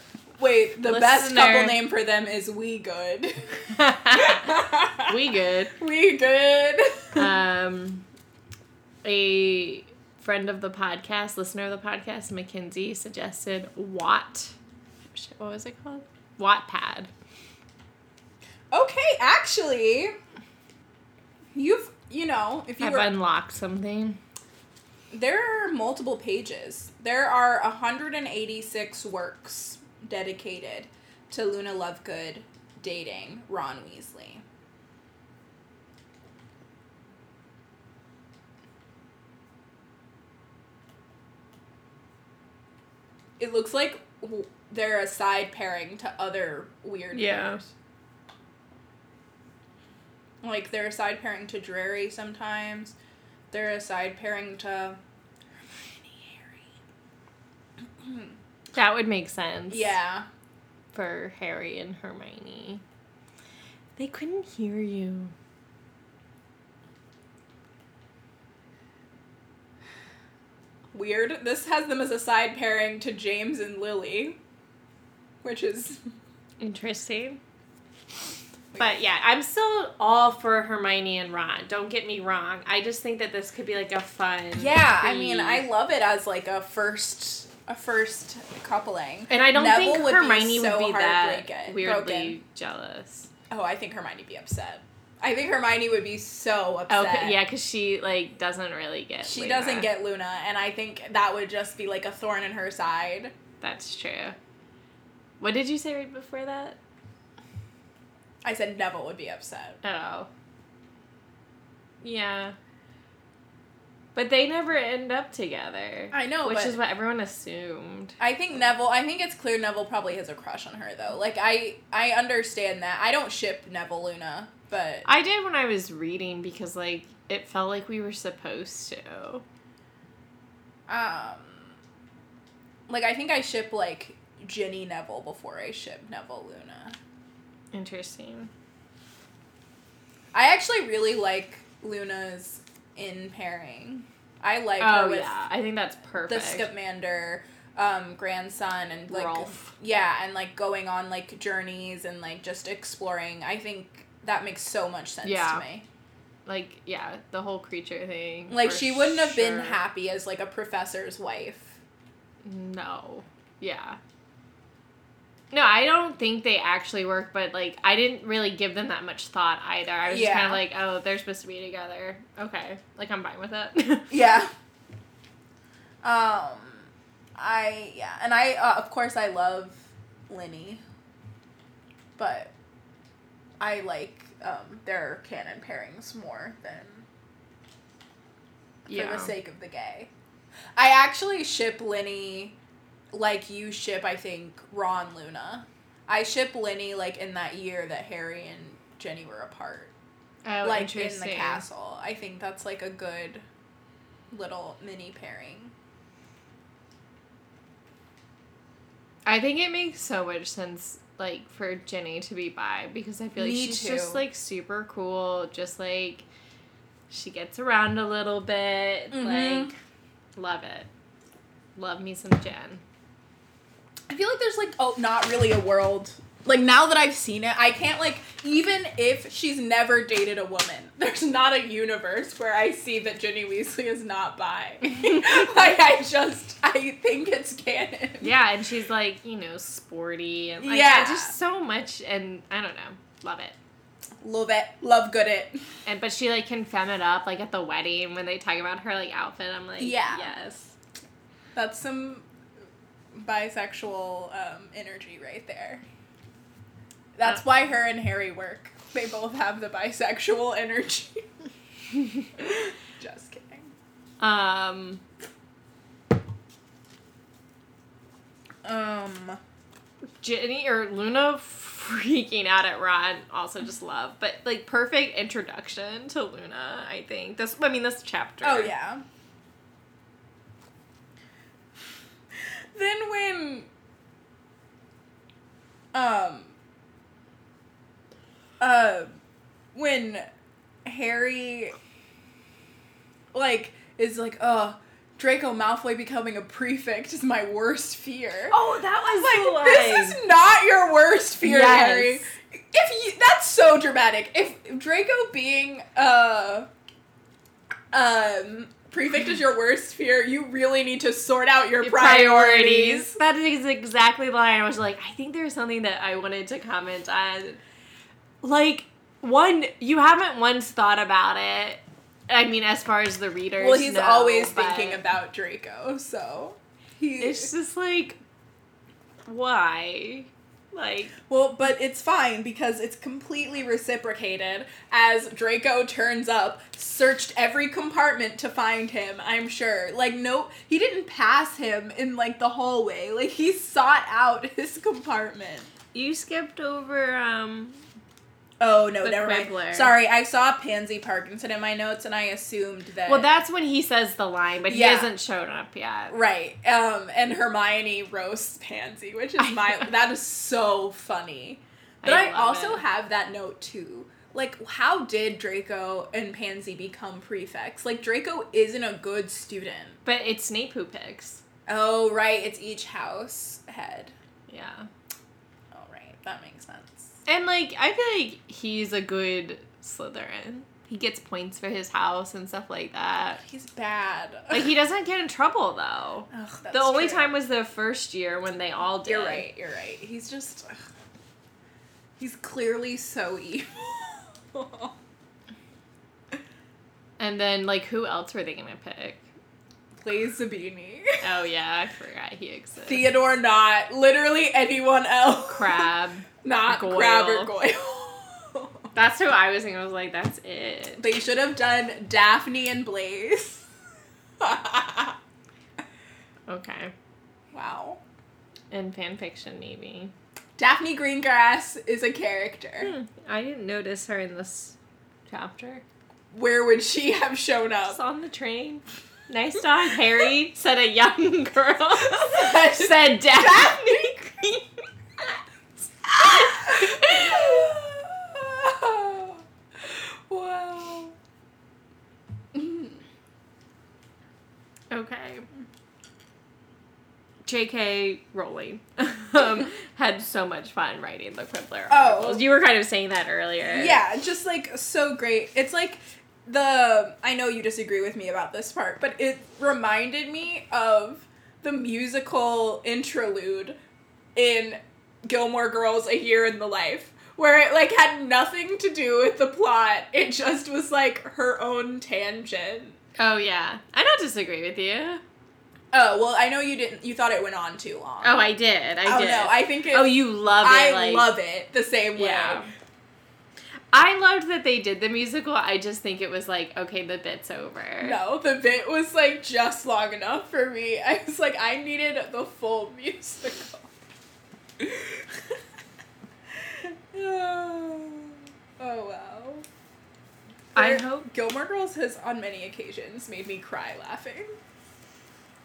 Speaker 2: Wait, the best couple
Speaker 4: Listener.
Speaker 2: name for them is We Good. [LAUGHS]
Speaker 4: uh, [LAUGHS] we good.
Speaker 2: we Good. [LAUGHS]
Speaker 4: Um, a friend of the podcast, listener of the podcast, Mackenzie suggested Watt. shit, What was it called? Wattpad.
Speaker 2: okay, actually, you've you know if you
Speaker 4: I've
Speaker 2: were
Speaker 4: unlocked something.
Speaker 2: There are multiple pages. There are 186 works dedicated to Luna Lovegood dating Ron Weasley. It looks like w- they're a side pairing to other weird
Speaker 4: Yeah.
Speaker 2: pairs. Like they're a side pairing to Drury sometimes. They're a side pairing to
Speaker 4: That would make sense.
Speaker 2: Yeah.
Speaker 4: For Harry and Hermione. They couldn't hear you.
Speaker 2: Weird. This has them as a side pairing to James and Lily, which is
Speaker 4: Interesting. But yeah, I'm still all for Hermione and Ron. Don't get me wrong. I just think that this could be like a fun.
Speaker 2: yeah. I mean,
Speaker 4: pre-
Speaker 2: I love it as like a first a first coupling.
Speaker 4: And I don't
Speaker 2: Neville
Speaker 4: think
Speaker 2: would be
Speaker 4: Hermione would
Speaker 2: so
Speaker 4: be that
Speaker 2: heartbroken-
Speaker 4: weirdly
Speaker 2: broken.
Speaker 4: jealous.
Speaker 2: Oh, I think Hermione would be upset. I think Hermione would be so upset.
Speaker 4: Okay, yeah, because she like doesn't really get.
Speaker 2: She
Speaker 4: Luna.
Speaker 2: doesn't get Luna, and I think that would just be like a thorn in her side.
Speaker 4: That's true. What did you say right before that?
Speaker 2: I said Neville would be upset.
Speaker 4: Oh. Yeah. But they never end up together.
Speaker 2: I know,
Speaker 4: which
Speaker 2: but-
Speaker 4: is what everyone assumed.
Speaker 2: I think Neville. I think it's clear Neville probably has a crush on her though. Like I, I understand that. I don't ship Neville Luna, but
Speaker 4: I did when I was reading because like it felt like we were supposed to.
Speaker 2: um, like I think I ship like Ginny Neville before I ship Neville Luna.
Speaker 4: Interesting.
Speaker 2: I actually really like Luna's in pairing. I like her
Speaker 4: Oh
Speaker 2: with
Speaker 4: yeah, I think that's
Speaker 2: the
Speaker 4: perfect.
Speaker 2: Scamander um, grandson and like
Speaker 4: Rolf.
Speaker 2: yeah, and like going on like journeys and like just exploring. I think that makes so much sense
Speaker 4: Yeah.
Speaker 2: to me.
Speaker 4: like yeah, the whole creature thing.
Speaker 2: Like
Speaker 4: for
Speaker 2: she wouldn't have been
Speaker 4: sure.
Speaker 2: happy as like a professor's wife.
Speaker 4: No. Yeah. No, I don't think they actually work, but like I didn't really give them that much thought either. I was
Speaker 2: Yeah.
Speaker 4: just kind of like, oh, they're supposed to be together. Okay, like I'm fine with it. [LAUGHS]
Speaker 2: Yeah. Um, I yeah, and I uh, of course I love Lenny, but I like um their canon pairings more than for the sake of the gay. I actually ship Lenny like you ship, I think, Ron Luna. I ship Lenny like in that year that Harry and Jenny were apart.
Speaker 4: oh,
Speaker 2: like in the
Speaker 4: interesting.
Speaker 2: castle. I think that's like a good little mini pairing.
Speaker 4: I think it makes so much sense, like for Jenny to be bi because I feel like
Speaker 2: Me
Speaker 4: she's
Speaker 2: too.
Speaker 4: just like super cool. Just like she gets around a little bit.
Speaker 2: Mhm.
Speaker 4: Like, love it. Love me some Jen.
Speaker 2: I feel like there's like oh not really a world. Like now that I've seen it, I can't like even if she's never dated a woman, [LAUGHS] there's not a universe where I see that Ginny Weasley is not bi. [LAUGHS] like I just I think it's canon.
Speaker 4: Yeah, and she's like, you know, sporty and like
Speaker 2: Yeah.
Speaker 4: just so much and I don't know. Love it.
Speaker 2: Love it. Love good it.
Speaker 4: And but she like can fem it up like at the wedding when they talk about her like outfit. I'm like,
Speaker 2: Yeah.
Speaker 4: yes.
Speaker 2: That's some bisexual um, energy right there. That's why her and Harry work. They both have the bisexual [LAUGHS] energy. Just kidding.
Speaker 4: Um
Speaker 2: Um
Speaker 4: Jenny or Luna [LAUGHS] freaking out at Ron, also just love. But like perfect introduction to Luna, I think. This I mean this chapter.
Speaker 2: Oh yeah. Then when um uh when Harry like is like uh Draco Malfoy becoming a prefect is my worst fear.
Speaker 4: Oh, that was
Speaker 2: Like, this is not your worst fear,
Speaker 4: Yes.
Speaker 2: Harry. If you, that's so dramatic. If Draco being uh um prefect is your worst fear, you really need to sort out your, priorities.
Speaker 4: That is exactly the line. I was like, I think there's something that I wanted to comment on. Like, one, you haven't once thought about it. I mean, as far as the readers,
Speaker 2: Well, he's
Speaker 4: know,
Speaker 2: always
Speaker 4: but
Speaker 2: thinking about Draco, so he
Speaker 4: It's just like, why? Like,
Speaker 2: Well, but it's fine because it's completely reciprocated as Draco turns up, searched every compartment to find him, I'm sure. Like, no, he didn't pass him in, like, the hallway. Like, he sought out his compartment.
Speaker 4: you skipped over. um...
Speaker 2: Oh, no,
Speaker 4: The
Speaker 2: never
Speaker 4: Quibbler.
Speaker 2: mind. Sorry, I saw Pansy Parkinson in my notes and I assumed that.
Speaker 4: Well, that's when he says the line, but he
Speaker 2: Yeah.
Speaker 4: hasn't shown up yet.
Speaker 2: Right. Um, and Hermione roasts Pansy, which is my that is so funny. But
Speaker 4: I
Speaker 2: I,
Speaker 4: love
Speaker 2: also
Speaker 4: it.
Speaker 2: have that note too. Like, how did Draco and Pansy become prefects? Like, Draco isn't a good student.
Speaker 4: But it's Snape who picks.
Speaker 2: Oh, right, it's each house head.
Speaker 4: Yeah.
Speaker 2: All right, that makes sense.
Speaker 4: And like I feel like he's a good Slytherin. he gets points for his house and stuff like that.
Speaker 2: He's bad. [LAUGHS]
Speaker 4: Like he doesn't get in trouble
Speaker 2: Ugh, Oh,
Speaker 4: though.
Speaker 2: that's
Speaker 4: the only
Speaker 2: true.
Speaker 4: time was the first year when they all did.
Speaker 2: You're right. You're right. He's just. ugh. He's clearly so evil. [LAUGHS]
Speaker 4: And then like who else were they gonna pick?
Speaker 2: Plays Zabini. [LAUGHS]
Speaker 4: Oh yeah, I forgot he exists.
Speaker 2: Theodore, not literally anyone else.
Speaker 4: [LAUGHS] Crab.
Speaker 2: [LAUGHS] not
Speaker 4: Goyle.
Speaker 2: Crab or Goyle. [LAUGHS]
Speaker 4: That's who I was thinking. I was like, that's it.
Speaker 2: they should have done Daphne and Blaze. [LAUGHS]
Speaker 4: Okay.
Speaker 2: wow.
Speaker 4: In fan fiction, maybe.
Speaker 2: Daphne Greengrass is a character.
Speaker 4: I didn't notice her in this chapter.
Speaker 2: Where would she have shown
Speaker 4: Just
Speaker 2: up?
Speaker 4: on
Speaker 2: [LAUGHS]
Speaker 4: the train. Nice dog, Harry, said a young girl.
Speaker 2: [LAUGHS]
Speaker 4: said [LAUGHS] Daphne.
Speaker 2: Daphne Greengrass. wow.
Speaker 4: Okay. J.K. Rowling [LAUGHS] um, had so much fun writing the Quibbler
Speaker 2: Oh.
Speaker 4: articles. You were kind of saying that earlier.
Speaker 2: Yeah, just like so great. It's like the I know you disagree with me about this part, but it reminded me of the musical interlude in Gilmore Girls A Year in the Life. Where it like had nothing to do with the plot. It just was like her own tangent.
Speaker 4: Oh yeah. I don't disagree with you.
Speaker 2: Oh, well I know you didn't you thought it went on too long.
Speaker 4: Oh, I did. I
Speaker 2: Oh,
Speaker 4: did.
Speaker 2: no, I think it
Speaker 4: oh, you love it.
Speaker 2: I
Speaker 4: like-
Speaker 2: love it the same way.
Speaker 4: Yeah. I loved that they did the musical. I just think it was like, okay, the bit's over.
Speaker 2: No, the bit was like just long enough for me. [LAUGHS] I was like, I needed the full musical. [LAUGHS] oh, wow.
Speaker 4: I
Speaker 2: There-
Speaker 4: hope.
Speaker 2: Gilmore Girls has on many occasions made me cry laughing.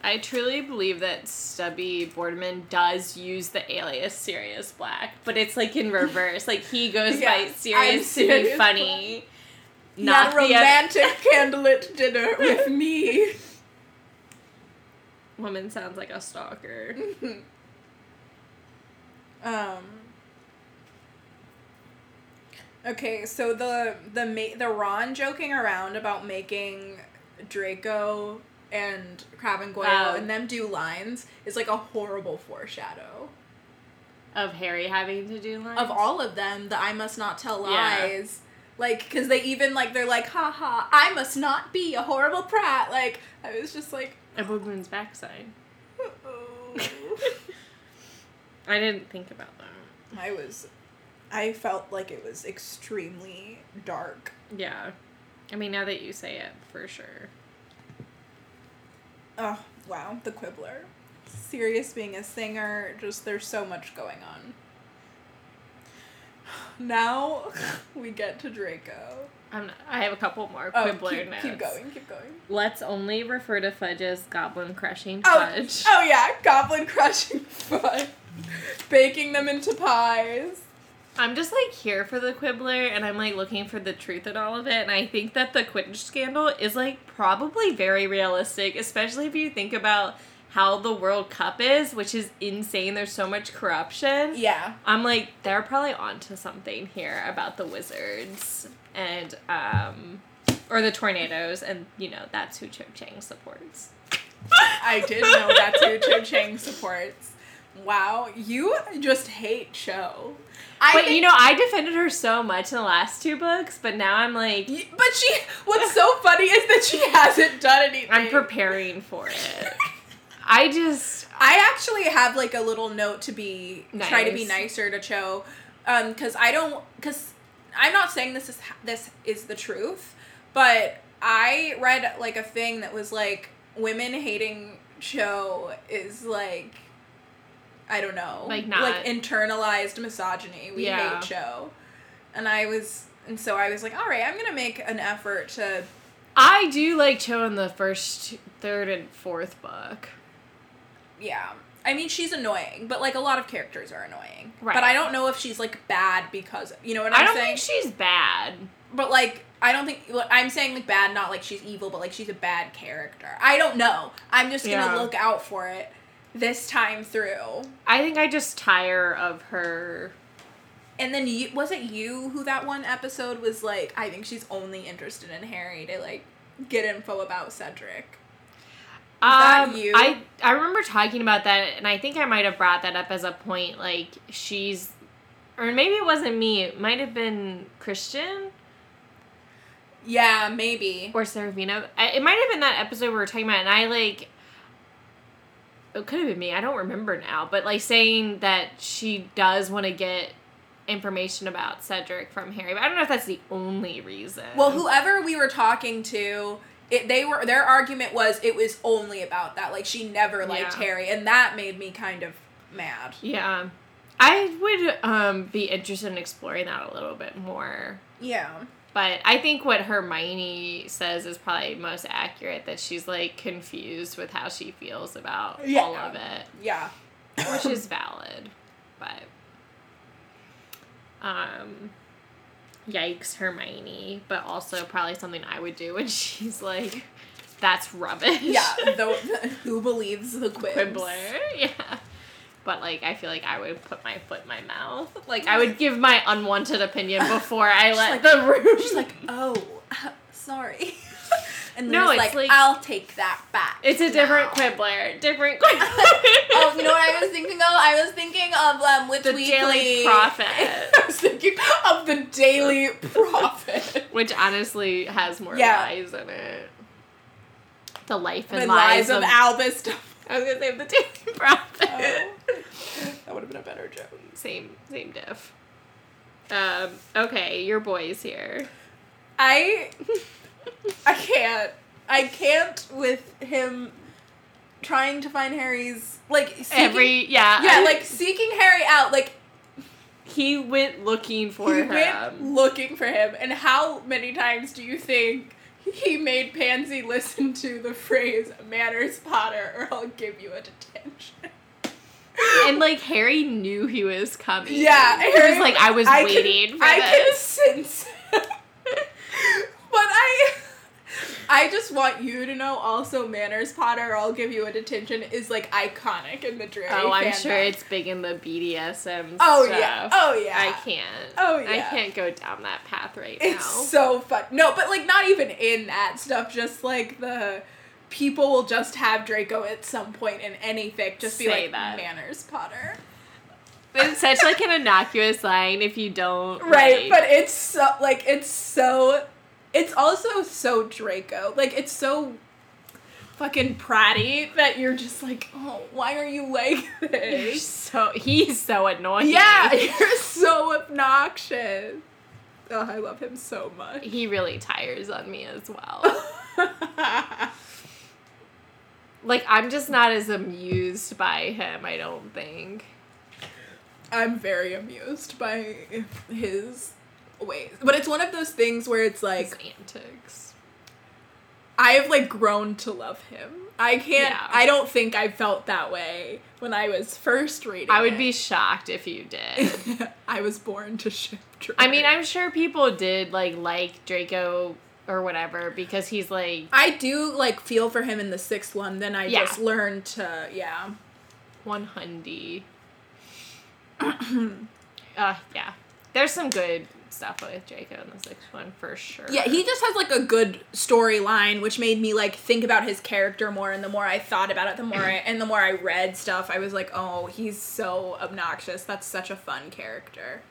Speaker 4: I truly believe that Stubby Boardman does use the alias Sirius Black, but it's like in reverse. like he goes
Speaker 2: Yeah,
Speaker 4: by
Speaker 2: I'm
Speaker 4: Sirius to be
Speaker 2: Sirius
Speaker 4: funny.
Speaker 2: He had
Speaker 4: Not
Speaker 2: a
Speaker 4: the other
Speaker 2: romantic candlelit dinner with
Speaker 4: [LAUGHS]
Speaker 2: me.
Speaker 4: woman sounds like a stalker.
Speaker 2: Um. Okay, so the the ma- the Ron joking around about making Draco and Crab and Goyle
Speaker 4: Oh.
Speaker 2: and them do lines is like a horrible foreshadow
Speaker 4: of Harry having to do lines.
Speaker 2: of all of them. The I must not tell
Speaker 4: Yeah.
Speaker 2: lies. Like, cause they even like they're like, ha ha, I must not be a horrible prat. Like, I was just like,
Speaker 4: a Boogman's backside.
Speaker 2: oh.
Speaker 4: I didn't think about that.
Speaker 2: I was, I felt like it was extremely dark.
Speaker 4: Yeah. I mean, now that you say it, for sure.
Speaker 2: Oh, wow, the Quibbler. Sirius being a singer, just there's so much going on. Now [LAUGHS] we get to Draco.
Speaker 4: I'm not, I have a couple more
Speaker 2: Oh,
Speaker 4: Quibbler
Speaker 2: keep,
Speaker 4: notes.
Speaker 2: keep going, keep going.
Speaker 4: Let's only refer to Fudge as Goblin Crushing
Speaker 2: Oh,
Speaker 4: Fudge.
Speaker 2: oh yeah, goblin [LAUGHS] crushing fun. Baking them into pies.
Speaker 4: I'm just like here for the Quibbler and I'm like looking for the truth in all of it. And I think that the Quidditch scandal is like probably very realistic, especially if you think about how the World Cup is, which is insane. There's so much corruption.
Speaker 2: Yeah.
Speaker 4: I'm like, they're probably onto something here about the wizards and, um, or the tornadoes, and you know, that's who Cho Chang supports.
Speaker 2: I did know that's
Speaker 4: [LAUGHS]
Speaker 2: who Cho Chang supports. Wow, you just hate Cho. I
Speaker 4: But
Speaker 2: think-
Speaker 4: you know, I defended her so much in the last two books, but now I'm like,
Speaker 2: Y- But she, what's so funny is that she hasn't done anything.
Speaker 4: I'm preparing
Speaker 2: [LAUGHS]
Speaker 4: for it. I just,
Speaker 2: I actually have like a little note to be try to be
Speaker 4: Nice.
Speaker 2: nicer to Cho, um, because I don't because I'm not saying this is ha- this is the truth, but I read like a thing that was like women hating Cho is like I don't know
Speaker 4: Like, not-
Speaker 2: like internalized misogyny. We
Speaker 4: Yeah.
Speaker 2: hate Cho, and I was and so I was like, all right, I'm gonna make an effort to
Speaker 4: I do like Cho in the first, third, and fourth book.
Speaker 2: Yeah. I mean, she's annoying, but like a lot of characters are annoying.
Speaker 4: Right.
Speaker 2: But I don't know if she's like bad because you know what
Speaker 4: I
Speaker 2: I'm
Speaker 4: don't
Speaker 2: saying.
Speaker 4: think she's bad.
Speaker 2: but like, I don't think what I'm saying like bad, not like she's evil, but like she's a bad character. I don't know. I'm just gonna
Speaker 4: Yeah.
Speaker 2: look out for it this time through.
Speaker 4: I think I just tire of her
Speaker 2: and then you was it you who that one episode was like, I think she's only interested in Harry to like get info about Cedric. that
Speaker 4: Um,
Speaker 2: you?
Speaker 4: I I remember talking about that, and I think I might have brought that up as a point. Like she's, or maybe it wasn't me. It might have been Christian
Speaker 2: Yeah, maybe.
Speaker 4: or Serafina. I- It might have been that episode we were talking about, and I like. It could have been me. I don't remember now, but like saying that she does want to get information about Cedric from Harry. But I don't know if that's the only reason.
Speaker 2: Well, whoever we were talking to, it they were their argument was it was only about that. Like she never liked
Speaker 4: Yeah.
Speaker 2: Harry, and that made me kind of mad.
Speaker 4: Yeah. I would um, be interested in exploring that a little bit more.
Speaker 2: Yeah.
Speaker 4: But I think what Hermione says is probably most accurate that she's like confused with how she feels about
Speaker 2: Yeah.
Speaker 4: all of it,
Speaker 2: Yeah.
Speaker 4: [LAUGHS]
Speaker 2: [COUGHS]
Speaker 4: which is valid. But um yikes Hermione, but also probably something I would do when [LAUGHS] she's like that's rubbish. [LAUGHS]
Speaker 2: Yeah. Though [LAUGHS] who believes the quibs?
Speaker 4: Quibbler. Yeah. But like I feel like I would put my foot in my mouth. Like I would give my unwanted opinion before I
Speaker 2: like-
Speaker 4: let the room.
Speaker 2: She's
Speaker 4: [LAUGHS]
Speaker 2: like, oh, [LAUGHS] sorry. [LAUGHS] and
Speaker 4: No,
Speaker 2: no,
Speaker 4: it's
Speaker 2: like,
Speaker 4: like-
Speaker 2: I'll take that back.
Speaker 4: It's a different
Speaker 2: now."
Speaker 4: Quibbler. Different Quibbler.
Speaker 2: [LAUGHS] Oh, you know what I was thinking of? I was thinking of um, Witch
Speaker 4: [LAUGHS] The
Speaker 2: Weekly.
Speaker 4: Daily Prophet.
Speaker 2: [LAUGHS] I was thinking of the
Speaker 4: [LAUGHS]
Speaker 2: Daily Prophet.
Speaker 4: Which honestly has more
Speaker 2: Yeah.
Speaker 4: lies in it. The life and
Speaker 2: the
Speaker 4: lies,
Speaker 2: lies of,
Speaker 4: of,
Speaker 2: Albus.
Speaker 4: I was gonna say the Daily [LAUGHS] Prophet.
Speaker 2: [LAUGHS] Oh. that would have been a better joke.
Speaker 4: Same, same diff. Um, okay, your boy's here.
Speaker 2: I I can't. I can't with him trying to find Harry's like seeking,
Speaker 4: Every yeah,
Speaker 2: yeah like seeking Harry out like
Speaker 4: he went looking for um,
Speaker 2: he
Speaker 4: him.
Speaker 2: went looking for him and how many times do you think he made Pansy listen to the phrase "manners Potter" or I'll give you a detention?
Speaker 4: and like Harry knew he was coming.
Speaker 2: Yeah,
Speaker 4: [LAUGHS] he was like, I was
Speaker 2: I can-
Speaker 4: waiting for
Speaker 2: I can
Speaker 4: this.
Speaker 2: [LAUGHS] sense, it. but I, I just want you to know. Also, Manners Potter, or I'll give you a detention is like iconic in the Dre.
Speaker 4: oh, I'm sure
Speaker 2: fandom.
Speaker 4: it's big in the BDSM.
Speaker 2: Oh
Speaker 4: stuff.
Speaker 2: yeah! Oh yeah!
Speaker 4: I can't.
Speaker 2: Oh,
Speaker 4: I
Speaker 2: yeah.
Speaker 4: can't go down that path right
Speaker 2: It's
Speaker 4: now.
Speaker 2: so fun. No, but like not even in that stuff. Just like the people will just have Draco at some point in any fic. Just be
Speaker 4: Say
Speaker 2: like
Speaker 4: that.
Speaker 2: Manners Potter.
Speaker 4: It's such like an innocuous line if you
Speaker 2: [LAUGHS]
Speaker 4: don't
Speaker 2: Right,
Speaker 4: like-
Speaker 2: but it's so like it's so it's also so Draco. Like it's so fucking pratty that you're just like, "Oh, why are you like [LAUGHS]
Speaker 4: [LAUGHS] you're
Speaker 2: this?"
Speaker 4: so he's so annoying.
Speaker 2: yeah, [LAUGHS] you're so obnoxious. Oh, I love him so much.
Speaker 4: [LAUGHS] [LAUGHS] he really tires on me as well. like I'm just not as amused by him. I don't think.
Speaker 2: I'm very amused by his ways. But it's one of those things where it's
Speaker 4: His
Speaker 2: like
Speaker 4: antics.
Speaker 2: I have like grown to love him. I can't.
Speaker 4: Yeah.
Speaker 2: I don't think I felt that way when I was first reading.
Speaker 4: I would
Speaker 2: it.
Speaker 4: be shocked if
Speaker 2: [LAUGHS]
Speaker 4: you did.
Speaker 2: I was born to ship. Drake.
Speaker 4: I mean, I'm sure people did like like Draco or whatever because he's like
Speaker 2: I do like feel for him in the sixth one. Then I
Speaker 4: Yeah.
Speaker 2: just learned to yeah.
Speaker 4: one hundy. [CLEARS THROAT] uh, yeah. There's some good stuff with Draco in the sixth one for sure.
Speaker 2: Yeah, he just has like a good storyline, which made me like think about his character more. And the more I thought about it, the more I, and the more I read stuff, I was like, oh, he's so obnoxious. That's such a fun character.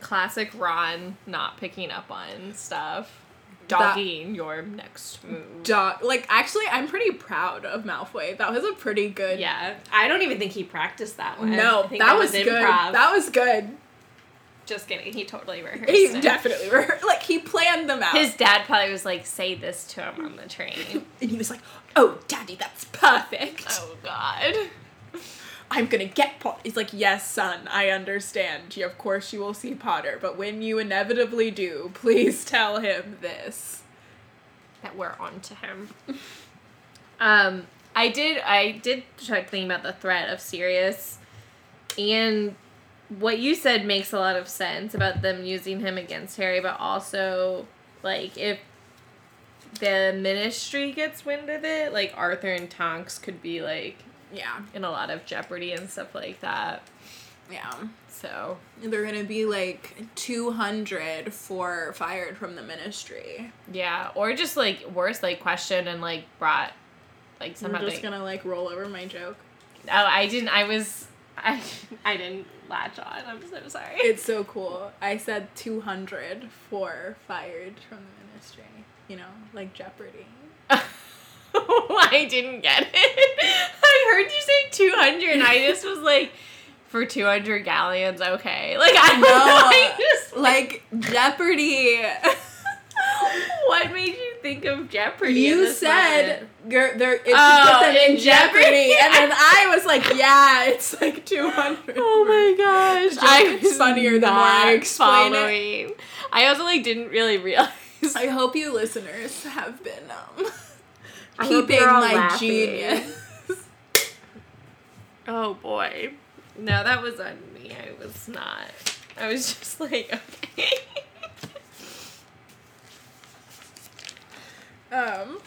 Speaker 4: classic Ron not picking up on stuff, dogging your next move.
Speaker 2: Dog, like actually, I'm pretty proud of Malfoy. That was a pretty good.
Speaker 4: yeah, I don't even think he practiced that one. I
Speaker 2: No, that,
Speaker 4: think
Speaker 2: was, good.
Speaker 4: improv.
Speaker 2: That was good.
Speaker 4: Just kidding. He totally rehearsed.
Speaker 2: He
Speaker 4: it.
Speaker 2: definitely [LAUGHS] were like he planned them out.
Speaker 4: His dad probably was like, "Say this to him on the
Speaker 2: [LAUGHS]
Speaker 4: train."
Speaker 2: and he was like, "Oh, daddy, that's perfect.
Speaker 4: oh God.
Speaker 2: I'm gonna get Potter." He's like, "Yes, son, I understand. You, of course, you will see Potter, but when you inevitably do, please [LAUGHS] tell him this."
Speaker 4: that we're on to him. um, I did I did try thinking about the threat of Sirius, and what you said makes a lot of sense about them using him against Harry, but also like if the Ministry gets wind of it, like Arthur and Tonks could be like
Speaker 2: Yeah,
Speaker 4: in a lot of jeopardy and stuff like that.
Speaker 2: Yeah.
Speaker 4: So
Speaker 2: They're gonna be like 200 for fired from the ministry.
Speaker 4: yeah, or just like worse, like questioned and like brought like
Speaker 2: I'm
Speaker 4: somehow.
Speaker 2: just gonna like roll over my joke.
Speaker 4: Oh, I didn't. I was. I I didn't latch on. I'm so sorry.
Speaker 2: It's so cool. I said 200 for fired from the ministry. You know, like Jeopardy.
Speaker 4: [LAUGHS] I didn't get it. I heard you say 200. and I just was like, for 200 galleons, okay. Like, I don't know. [LAUGHS] I just,
Speaker 2: like Jeopardy. [LAUGHS]
Speaker 4: what made you think of Jeopardy? in
Speaker 2: you
Speaker 4: this
Speaker 2: said
Speaker 4: moment?
Speaker 2: you're, there, it's
Speaker 4: Oh,
Speaker 2: put them in
Speaker 4: in Jeopardy.
Speaker 2: Jeopardy. [LAUGHS] And then I was like, yeah, it's like 200.
Speaker 4: Oh
Speaker 2: [LAUGHS]
Speaker 4: my gosh. I
Speaker 2: joke
Speaker 4: was
Speaker 2: is funnier the more I
Speaker 4: not
Speaker 2: explain it.
Speaker 4: following. I also, like, didn't really realize.
Speaker 2: I hope you listeners have been um,
Speaker 4: [LAUGHS] I hope
Speaker 2: keeping
Speaker 4: you're all
Speaker 2: my
Speaker 4: laughing. [LAUGHS]
Speaker 2: genius.
Speaker 4: Oh boy. No, that was on me. I was not. I was just like, okay.
Speaker 2: Um,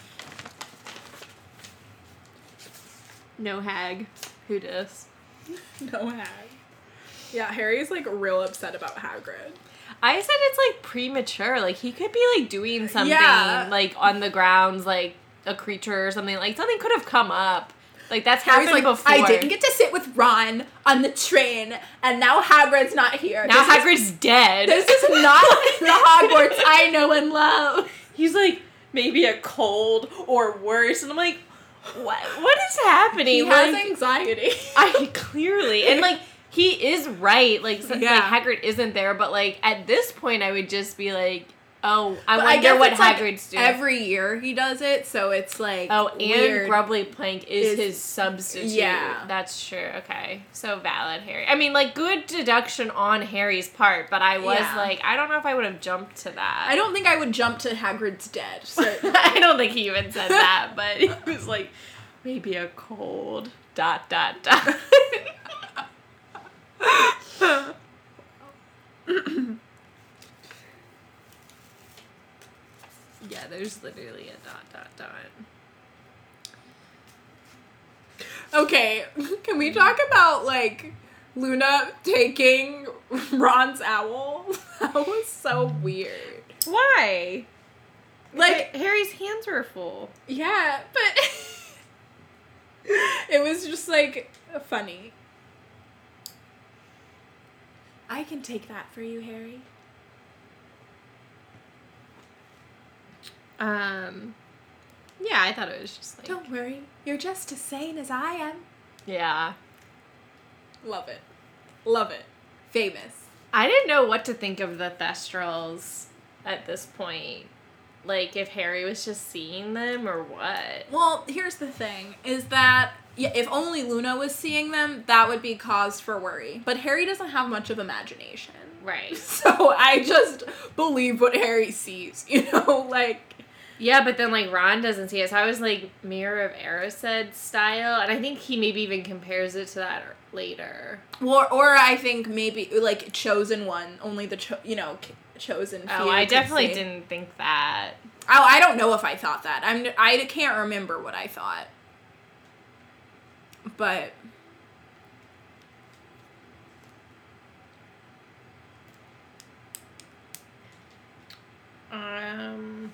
Speaker 4: no hag. Who dis?
Speaker 2: no hag. Yeah, Harry's like real upset about Hagrid.
Speaker 4: I said it's like premature. Like he could be like doing something
Speaker 2: Yeah.
Speaker 4: like on the grounds, like a creature or something. Like something could have come up. Like that's
Speaker 2: Harry's
Speaker 4: happened
Speaker 2: like,
Speaker 4: before.
Speaker 2: I didn't get to sit with Ron on the train, and now Hagrid's not here.
Speaker 4: now
Speaker 2: This is-
Speaker 4: Hagrid's dead.
Speaker 2: this is
Speaker 4: [LAUGHS]
Speaker 2: not the Hogwarts I know and love.
Speaker 4: He's like maybe a cold or worse, and I'm like, what? What is happening?
Speaker 2: He has
Speaker 4: Like,
Speaker 2: anxiety.
Speaker 4: I [LAUGHS] clearly and like he is right. Like, so,
Speaker 2: Yeah.
Speaker 4: like Hagrid isn't there, but like at this point, I would just be like, oh,
Speaker 2: [LAUGHS]
Speaker 4: I
Speaker 2: But
Speaker 4: wonder
Speaker 2: guess
Speaker 4: what
Speaker 2: it's, like,
Speaker 4: Hagrid's doing.
Speaker 2: Every year he does it, so it's like
Speaker 4: Oh, and
Speaker 2: weird.
Speaker 4: Grubbly Plank is,
Speaker 2: Is-
Speaker 4: his substitute.
Speaker 2: yeah.
Speaker 4: That's sure. Okay. So valid, Harry. I mean, like, good deduction on Harry's part, but I was
Speaker 2: Yeah.
Speaker 4: like, I don't know if I would have jumped to that.
Speaker 2: I don't think I would jump to Hagrid's dead. So
Speaker 4: [LAUGHS]
Speaker 2: [LAUGHS]
Speaker 4: I don't think he even said that, but he was like, maybe a cold dot dot dot. yeah, there's literally a dot dot dot.
Speaker 2: Okay, can we talk about like Luna taking Ron's owl? [LAUGHS] That was so weird.
Speaker 4: Why?
Speaker 2: Like,
Speaker 4: Harry's hands were full.
Speaker 2: yeah, but [LAUGHS] it was just like funny. I can take that for you, Harry.
Speaker 4: Um, yeah, I thought it was just like
Speaker 2: Don't worry, you're just as sane as I am.
Speaker 4: yeah.
Speaker 2: Love it. Love it. Famous.
Speaker 4: I didn't know what to think of the Thestrals at this point. Like if Harry was just seeing them or what.
Speaker 2: Well, here's the thing is that yeah, if only Luna was seeing them, that would be cause for worry. But Harry doesn't have much of imagination. [LAUGHS]
Speaker 4: Right.
Speaker 2: So I just believe what Harry sees, [LAUGHS] you know, like
Speaker 4: Yeah, but then like Ron doesn't see it. So I was like Mirror of Erised style, and I think he maybe even compares it to that later.
Speaker 2: or or I think maybe like chosen one, only the cho- you know, c- chosen few
Speaker 4: Oh, I
Speaker 2: could
Speaker 4: definitely
Speaker 2: see.
Speaker 4: didn't think that.
Speaker 2: Oh, I don't know if I thought that. I'm I can't remember what I thought. But
Speaker 4: Um,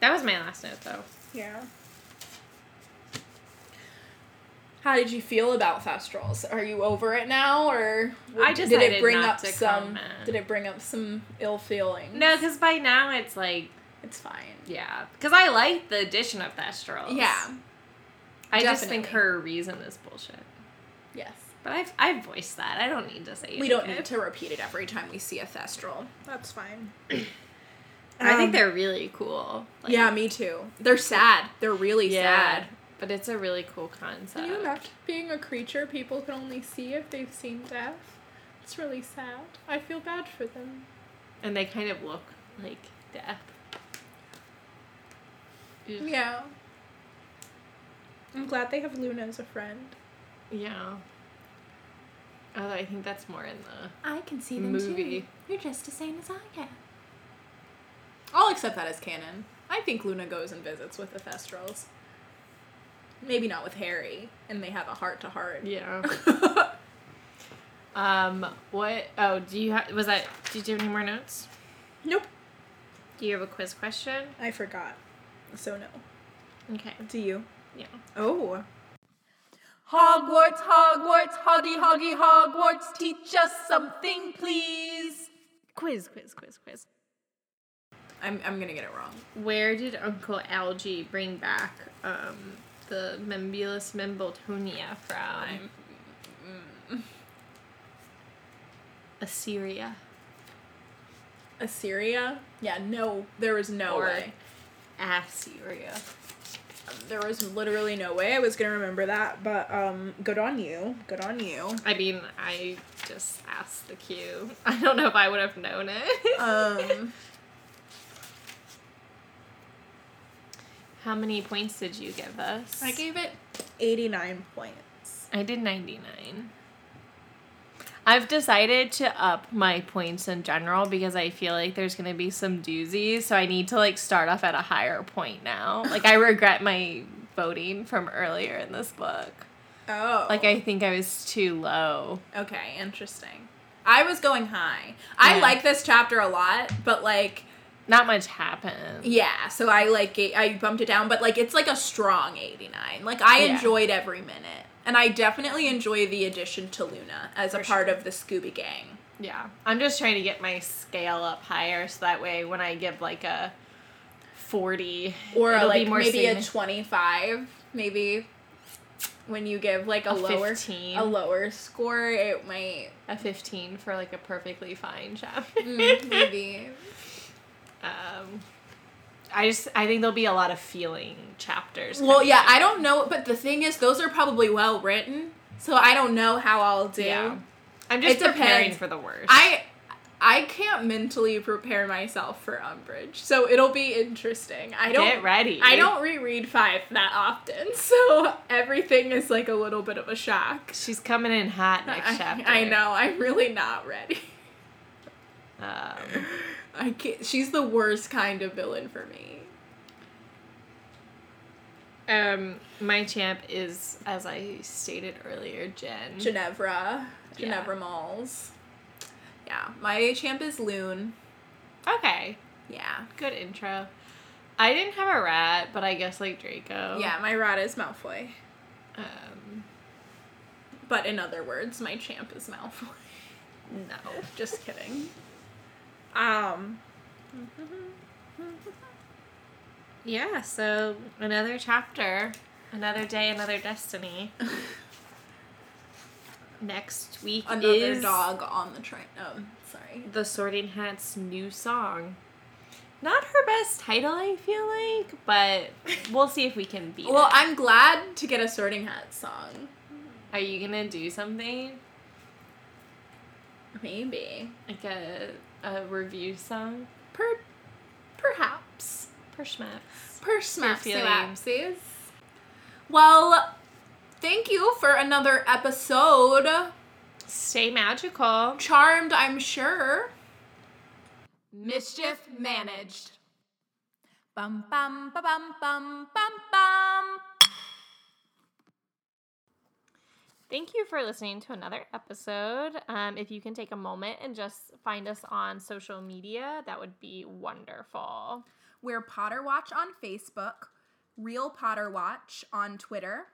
Speaker 4: that was my last note though.
Speaker 2: Yeah. How did you feel about Thestrals? Are you over it now, or
Speaker 4: I
Speaker 2: did
Speaker 4: decided
Speaker 2: it bring
Speaker 4: not
Speaker 2: up
Speaker 4: to
Speaker 2: some?
Speaker 4: comment.
Speaker 2: Did it bring up some ill feelings?
Speaker 4: No, because by now it's like
Speaker 2: it's fine.
Speaker 4: yeah, because I like the addition of Thestrals.
Speaker 2: Yeah.
Speaker 4: I just think
Speaker 2: definitely.
Speaker 4: her reason is bullshit.
Speaker 2: Yes.
Speaker 4: But I've I've voiced that. I don't need to say. it
Speaker 2: We don't
Speaker 4: again.
Speaker 2: need to repeat it every time we see a Thestral. That's fine.
Speaker 4: I think they're really cool. Like,
Speaker 2: um, yeah, me too. They're sad. They're really
Speaker 4: yeah,
Speaker 2: sad.
Speaker 4: but it's a really cool concept.
Speaker 2: being a creature people can only see if they've seen death? It's really sad. I feel bad for them.
Speaker 4: and they kind of look like death. Ugh.
Speaker 2: Yeah. I'm glad they have Luna as a friend.
Speaker 4: Yeah. Although I think that's more in the
Speaker 1: I can see them
Speaker 4: movie.
Speaker 1: too. You're just as sane as I am.
Speaker 2: I'll accept that as canon. I think Luna goes and visits with the Thestrals. Maybe not with Harry, and they have a heart to heart.
Speaker 4: Yeah. [LAUGHS] Um, what? Oh, do you have? Was that? Did you have any more notes?
Speaker 2: Nope.
Speaker 4: Do you have a quiz question?
Speaker 2: I forgot. So no.
Speaker 4: Okay.
Speaker 2: Do you?
Speaker 4: Yeah.
Speaker 2: Oh. Hogwarts, Hogwarts, Hoggy, Hoggy, Hogwarts, teach us something, please.
Speaker 4: Quiz, quiz, quiz, quiz.
Speaker 2: I'm, I'm gonna get it wrong.
Speaker 4: Where did Uncle Algie bring back um, the Membulus membretonia from? Mm. Assyria.
Speaker 2: Assyria? Yeah, no, there was no
Speaker 4: Or-
Speaker 2: way.
Speaker 4: Assyria.
Speaker 2: There was literally no way I was gonna remember that, but um, good on you. Good on you.
Speaker 4: I mean, I just asked the cue. [LAUGHS] I don't know if I would have known
Speaker 2: [LAUGHS]
Speaker 4: it.
Speaker 2: Um,
Speaker 4: How many points did you give us?
Speaker 2: I gave it 89 points.
Speaker 4: I did 99. I've decided to up my points in general because I feel like there's going to be some doozies, so I need to like start off at a higher point
Speaker 2: [LAUGHS]
Speaker 4: now. Like I regret my voting from earlier in this book.
Speaker 2: Oh.
Speaker 4: Like I think I was too low.
Speaker 2: Okay, interesting. I was going high. I
Speaker 4: Yeah.
Speaker 2: like this chapter a lot, but like,
Speaker 4: Not much happened.
Speaker 2: yeah. So I like it, I bumped it down, but like it's like a strong eighty nine. Like I
Speaker 4: Yeah.
Speaker 2: enjoyed every minute, and I definitely enjoy the addition to Luna as a part of the Scooby Gang.
Speaker 4: Yeah. I'm just trying to get my scale up higher so that way when I give like a 40
Speaker 2: or
Speaker 4: it'll
Speaker 2: like maybe a
Speaker 4: significant.
Speaker 2: 25 maybe when you give like a,
Speaker 4: A
Speaker 2: lower
Speaker 4: 15.
Speaker 2: a lower score it might
Speaker 4: [LAUGHS] a 15 for like a perfectly fine chapter.
Speaker 2: Mm. maybe
Speaker 4: [LAUGHS] Um, I just I think there'll be a lot of feeling chapters.
Speaker 2: well
Speaker 4: coming
Speaker 2: yeah
Speaker 4: up.
Speaker 2: i don't know but the thing is those are probably well written so i don't know how i'll do
Speaker 4: Yeah. I'm just
Speaker 2: It
Speaker 4: preparing
Speaker 2: depends.
Speaker 4: for the worst.
Speaker 2: i i can't mentally prepare myself for umbrage so it'll be interesting i don't
Speaker 4: get ready.
Speaker 2: i don't reread five that often [LAUGHS] so everything is like a little bit of a shock
Speaker 4: She's coming in hot next
Speaker 2: I-
Speaker 4: chapter.
Speaker 2: I know i'm really not ready [LAUGHS]
Speaker 4: Um,
Speaker 2: I can't. She's the worst kind of villain for me.
Speaker 4: um, my champ is, as I stated earlier, Jen.
Speaker 2: Ginevra. Ginevra
Speaker 4: Yeah.
Speaker 2: Malls. Yeah. My champ is Loon.
Speaker 4: Okay,
Speaker 2: Yeah.
Speaker 4: good intro. I didn't have a rat, but I guess like Draco.
Speaker 2: Yeah, my rat is Malfoy.
Speaker 4: Um,
Speaker 2: But in other words, my champ is Malfoy. [LAUGHS]
Speaker 4: no.
Speaker 2: Just kidding. Um.
Speaker 4: Yeah. So another chapter, another day,
Speaker 2: [LAUGHS]
Speaker 4: another destiny. Next week
Speaker 2: Another
Speaker 4: is
Speaker 2: dog on the train. Oh, sorry.
Speaker 4: the Sorting Hat's new song. Not her best title, I feel like, but we'll see if we can beat
Speaker 2: Well,
Speaker 4: it.
Speaker 2: I'm glad to get a Sorting Hat song.
Speaker 4: Are you gonna do something
Speaker 2: Maybe.
Speaker 4: like a a review song?
Speaker 2: Per. Perhaps.
Speaker 4: Per Schmatz.
Speaker 2: Per Smapsy
Speaker 4: feeling.
Speaker 2: Lapsies. Well, thank you for another episode.
Speaker 4: Stay magical.
Speaker 2: Charmed, I'm sure. Mischief managed. Bum bum ba bum bum bum bum.
Speaker 4: Thank you for listening to another episode. Um, if you can take a moment and just find us on social media, that would be wonderful.
Speaker 2: We're Potter Watch on Facebook, Real Potter Watch on Twitter,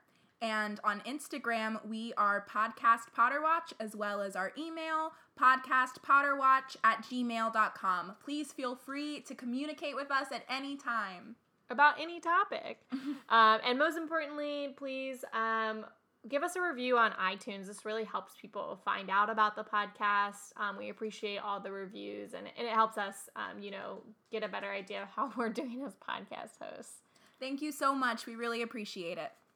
Speaker 2: and on Instagram we are Podcast Potter Watch as well as our email, podcastpotterwatch at gmail.com. Please feel free to communicate with us at any time.
Speaker 4: about any topic. um, and most importantly, please um, give us a review on iTunes. This really helps people find out about the podcast. Um, we appreciate all the reviews, and, and it helps us, um, you know, [LAUGHS] get a better idea of how we're doing as podcast hosts.
Speaker 2: Thank you so much. We really appreciate it.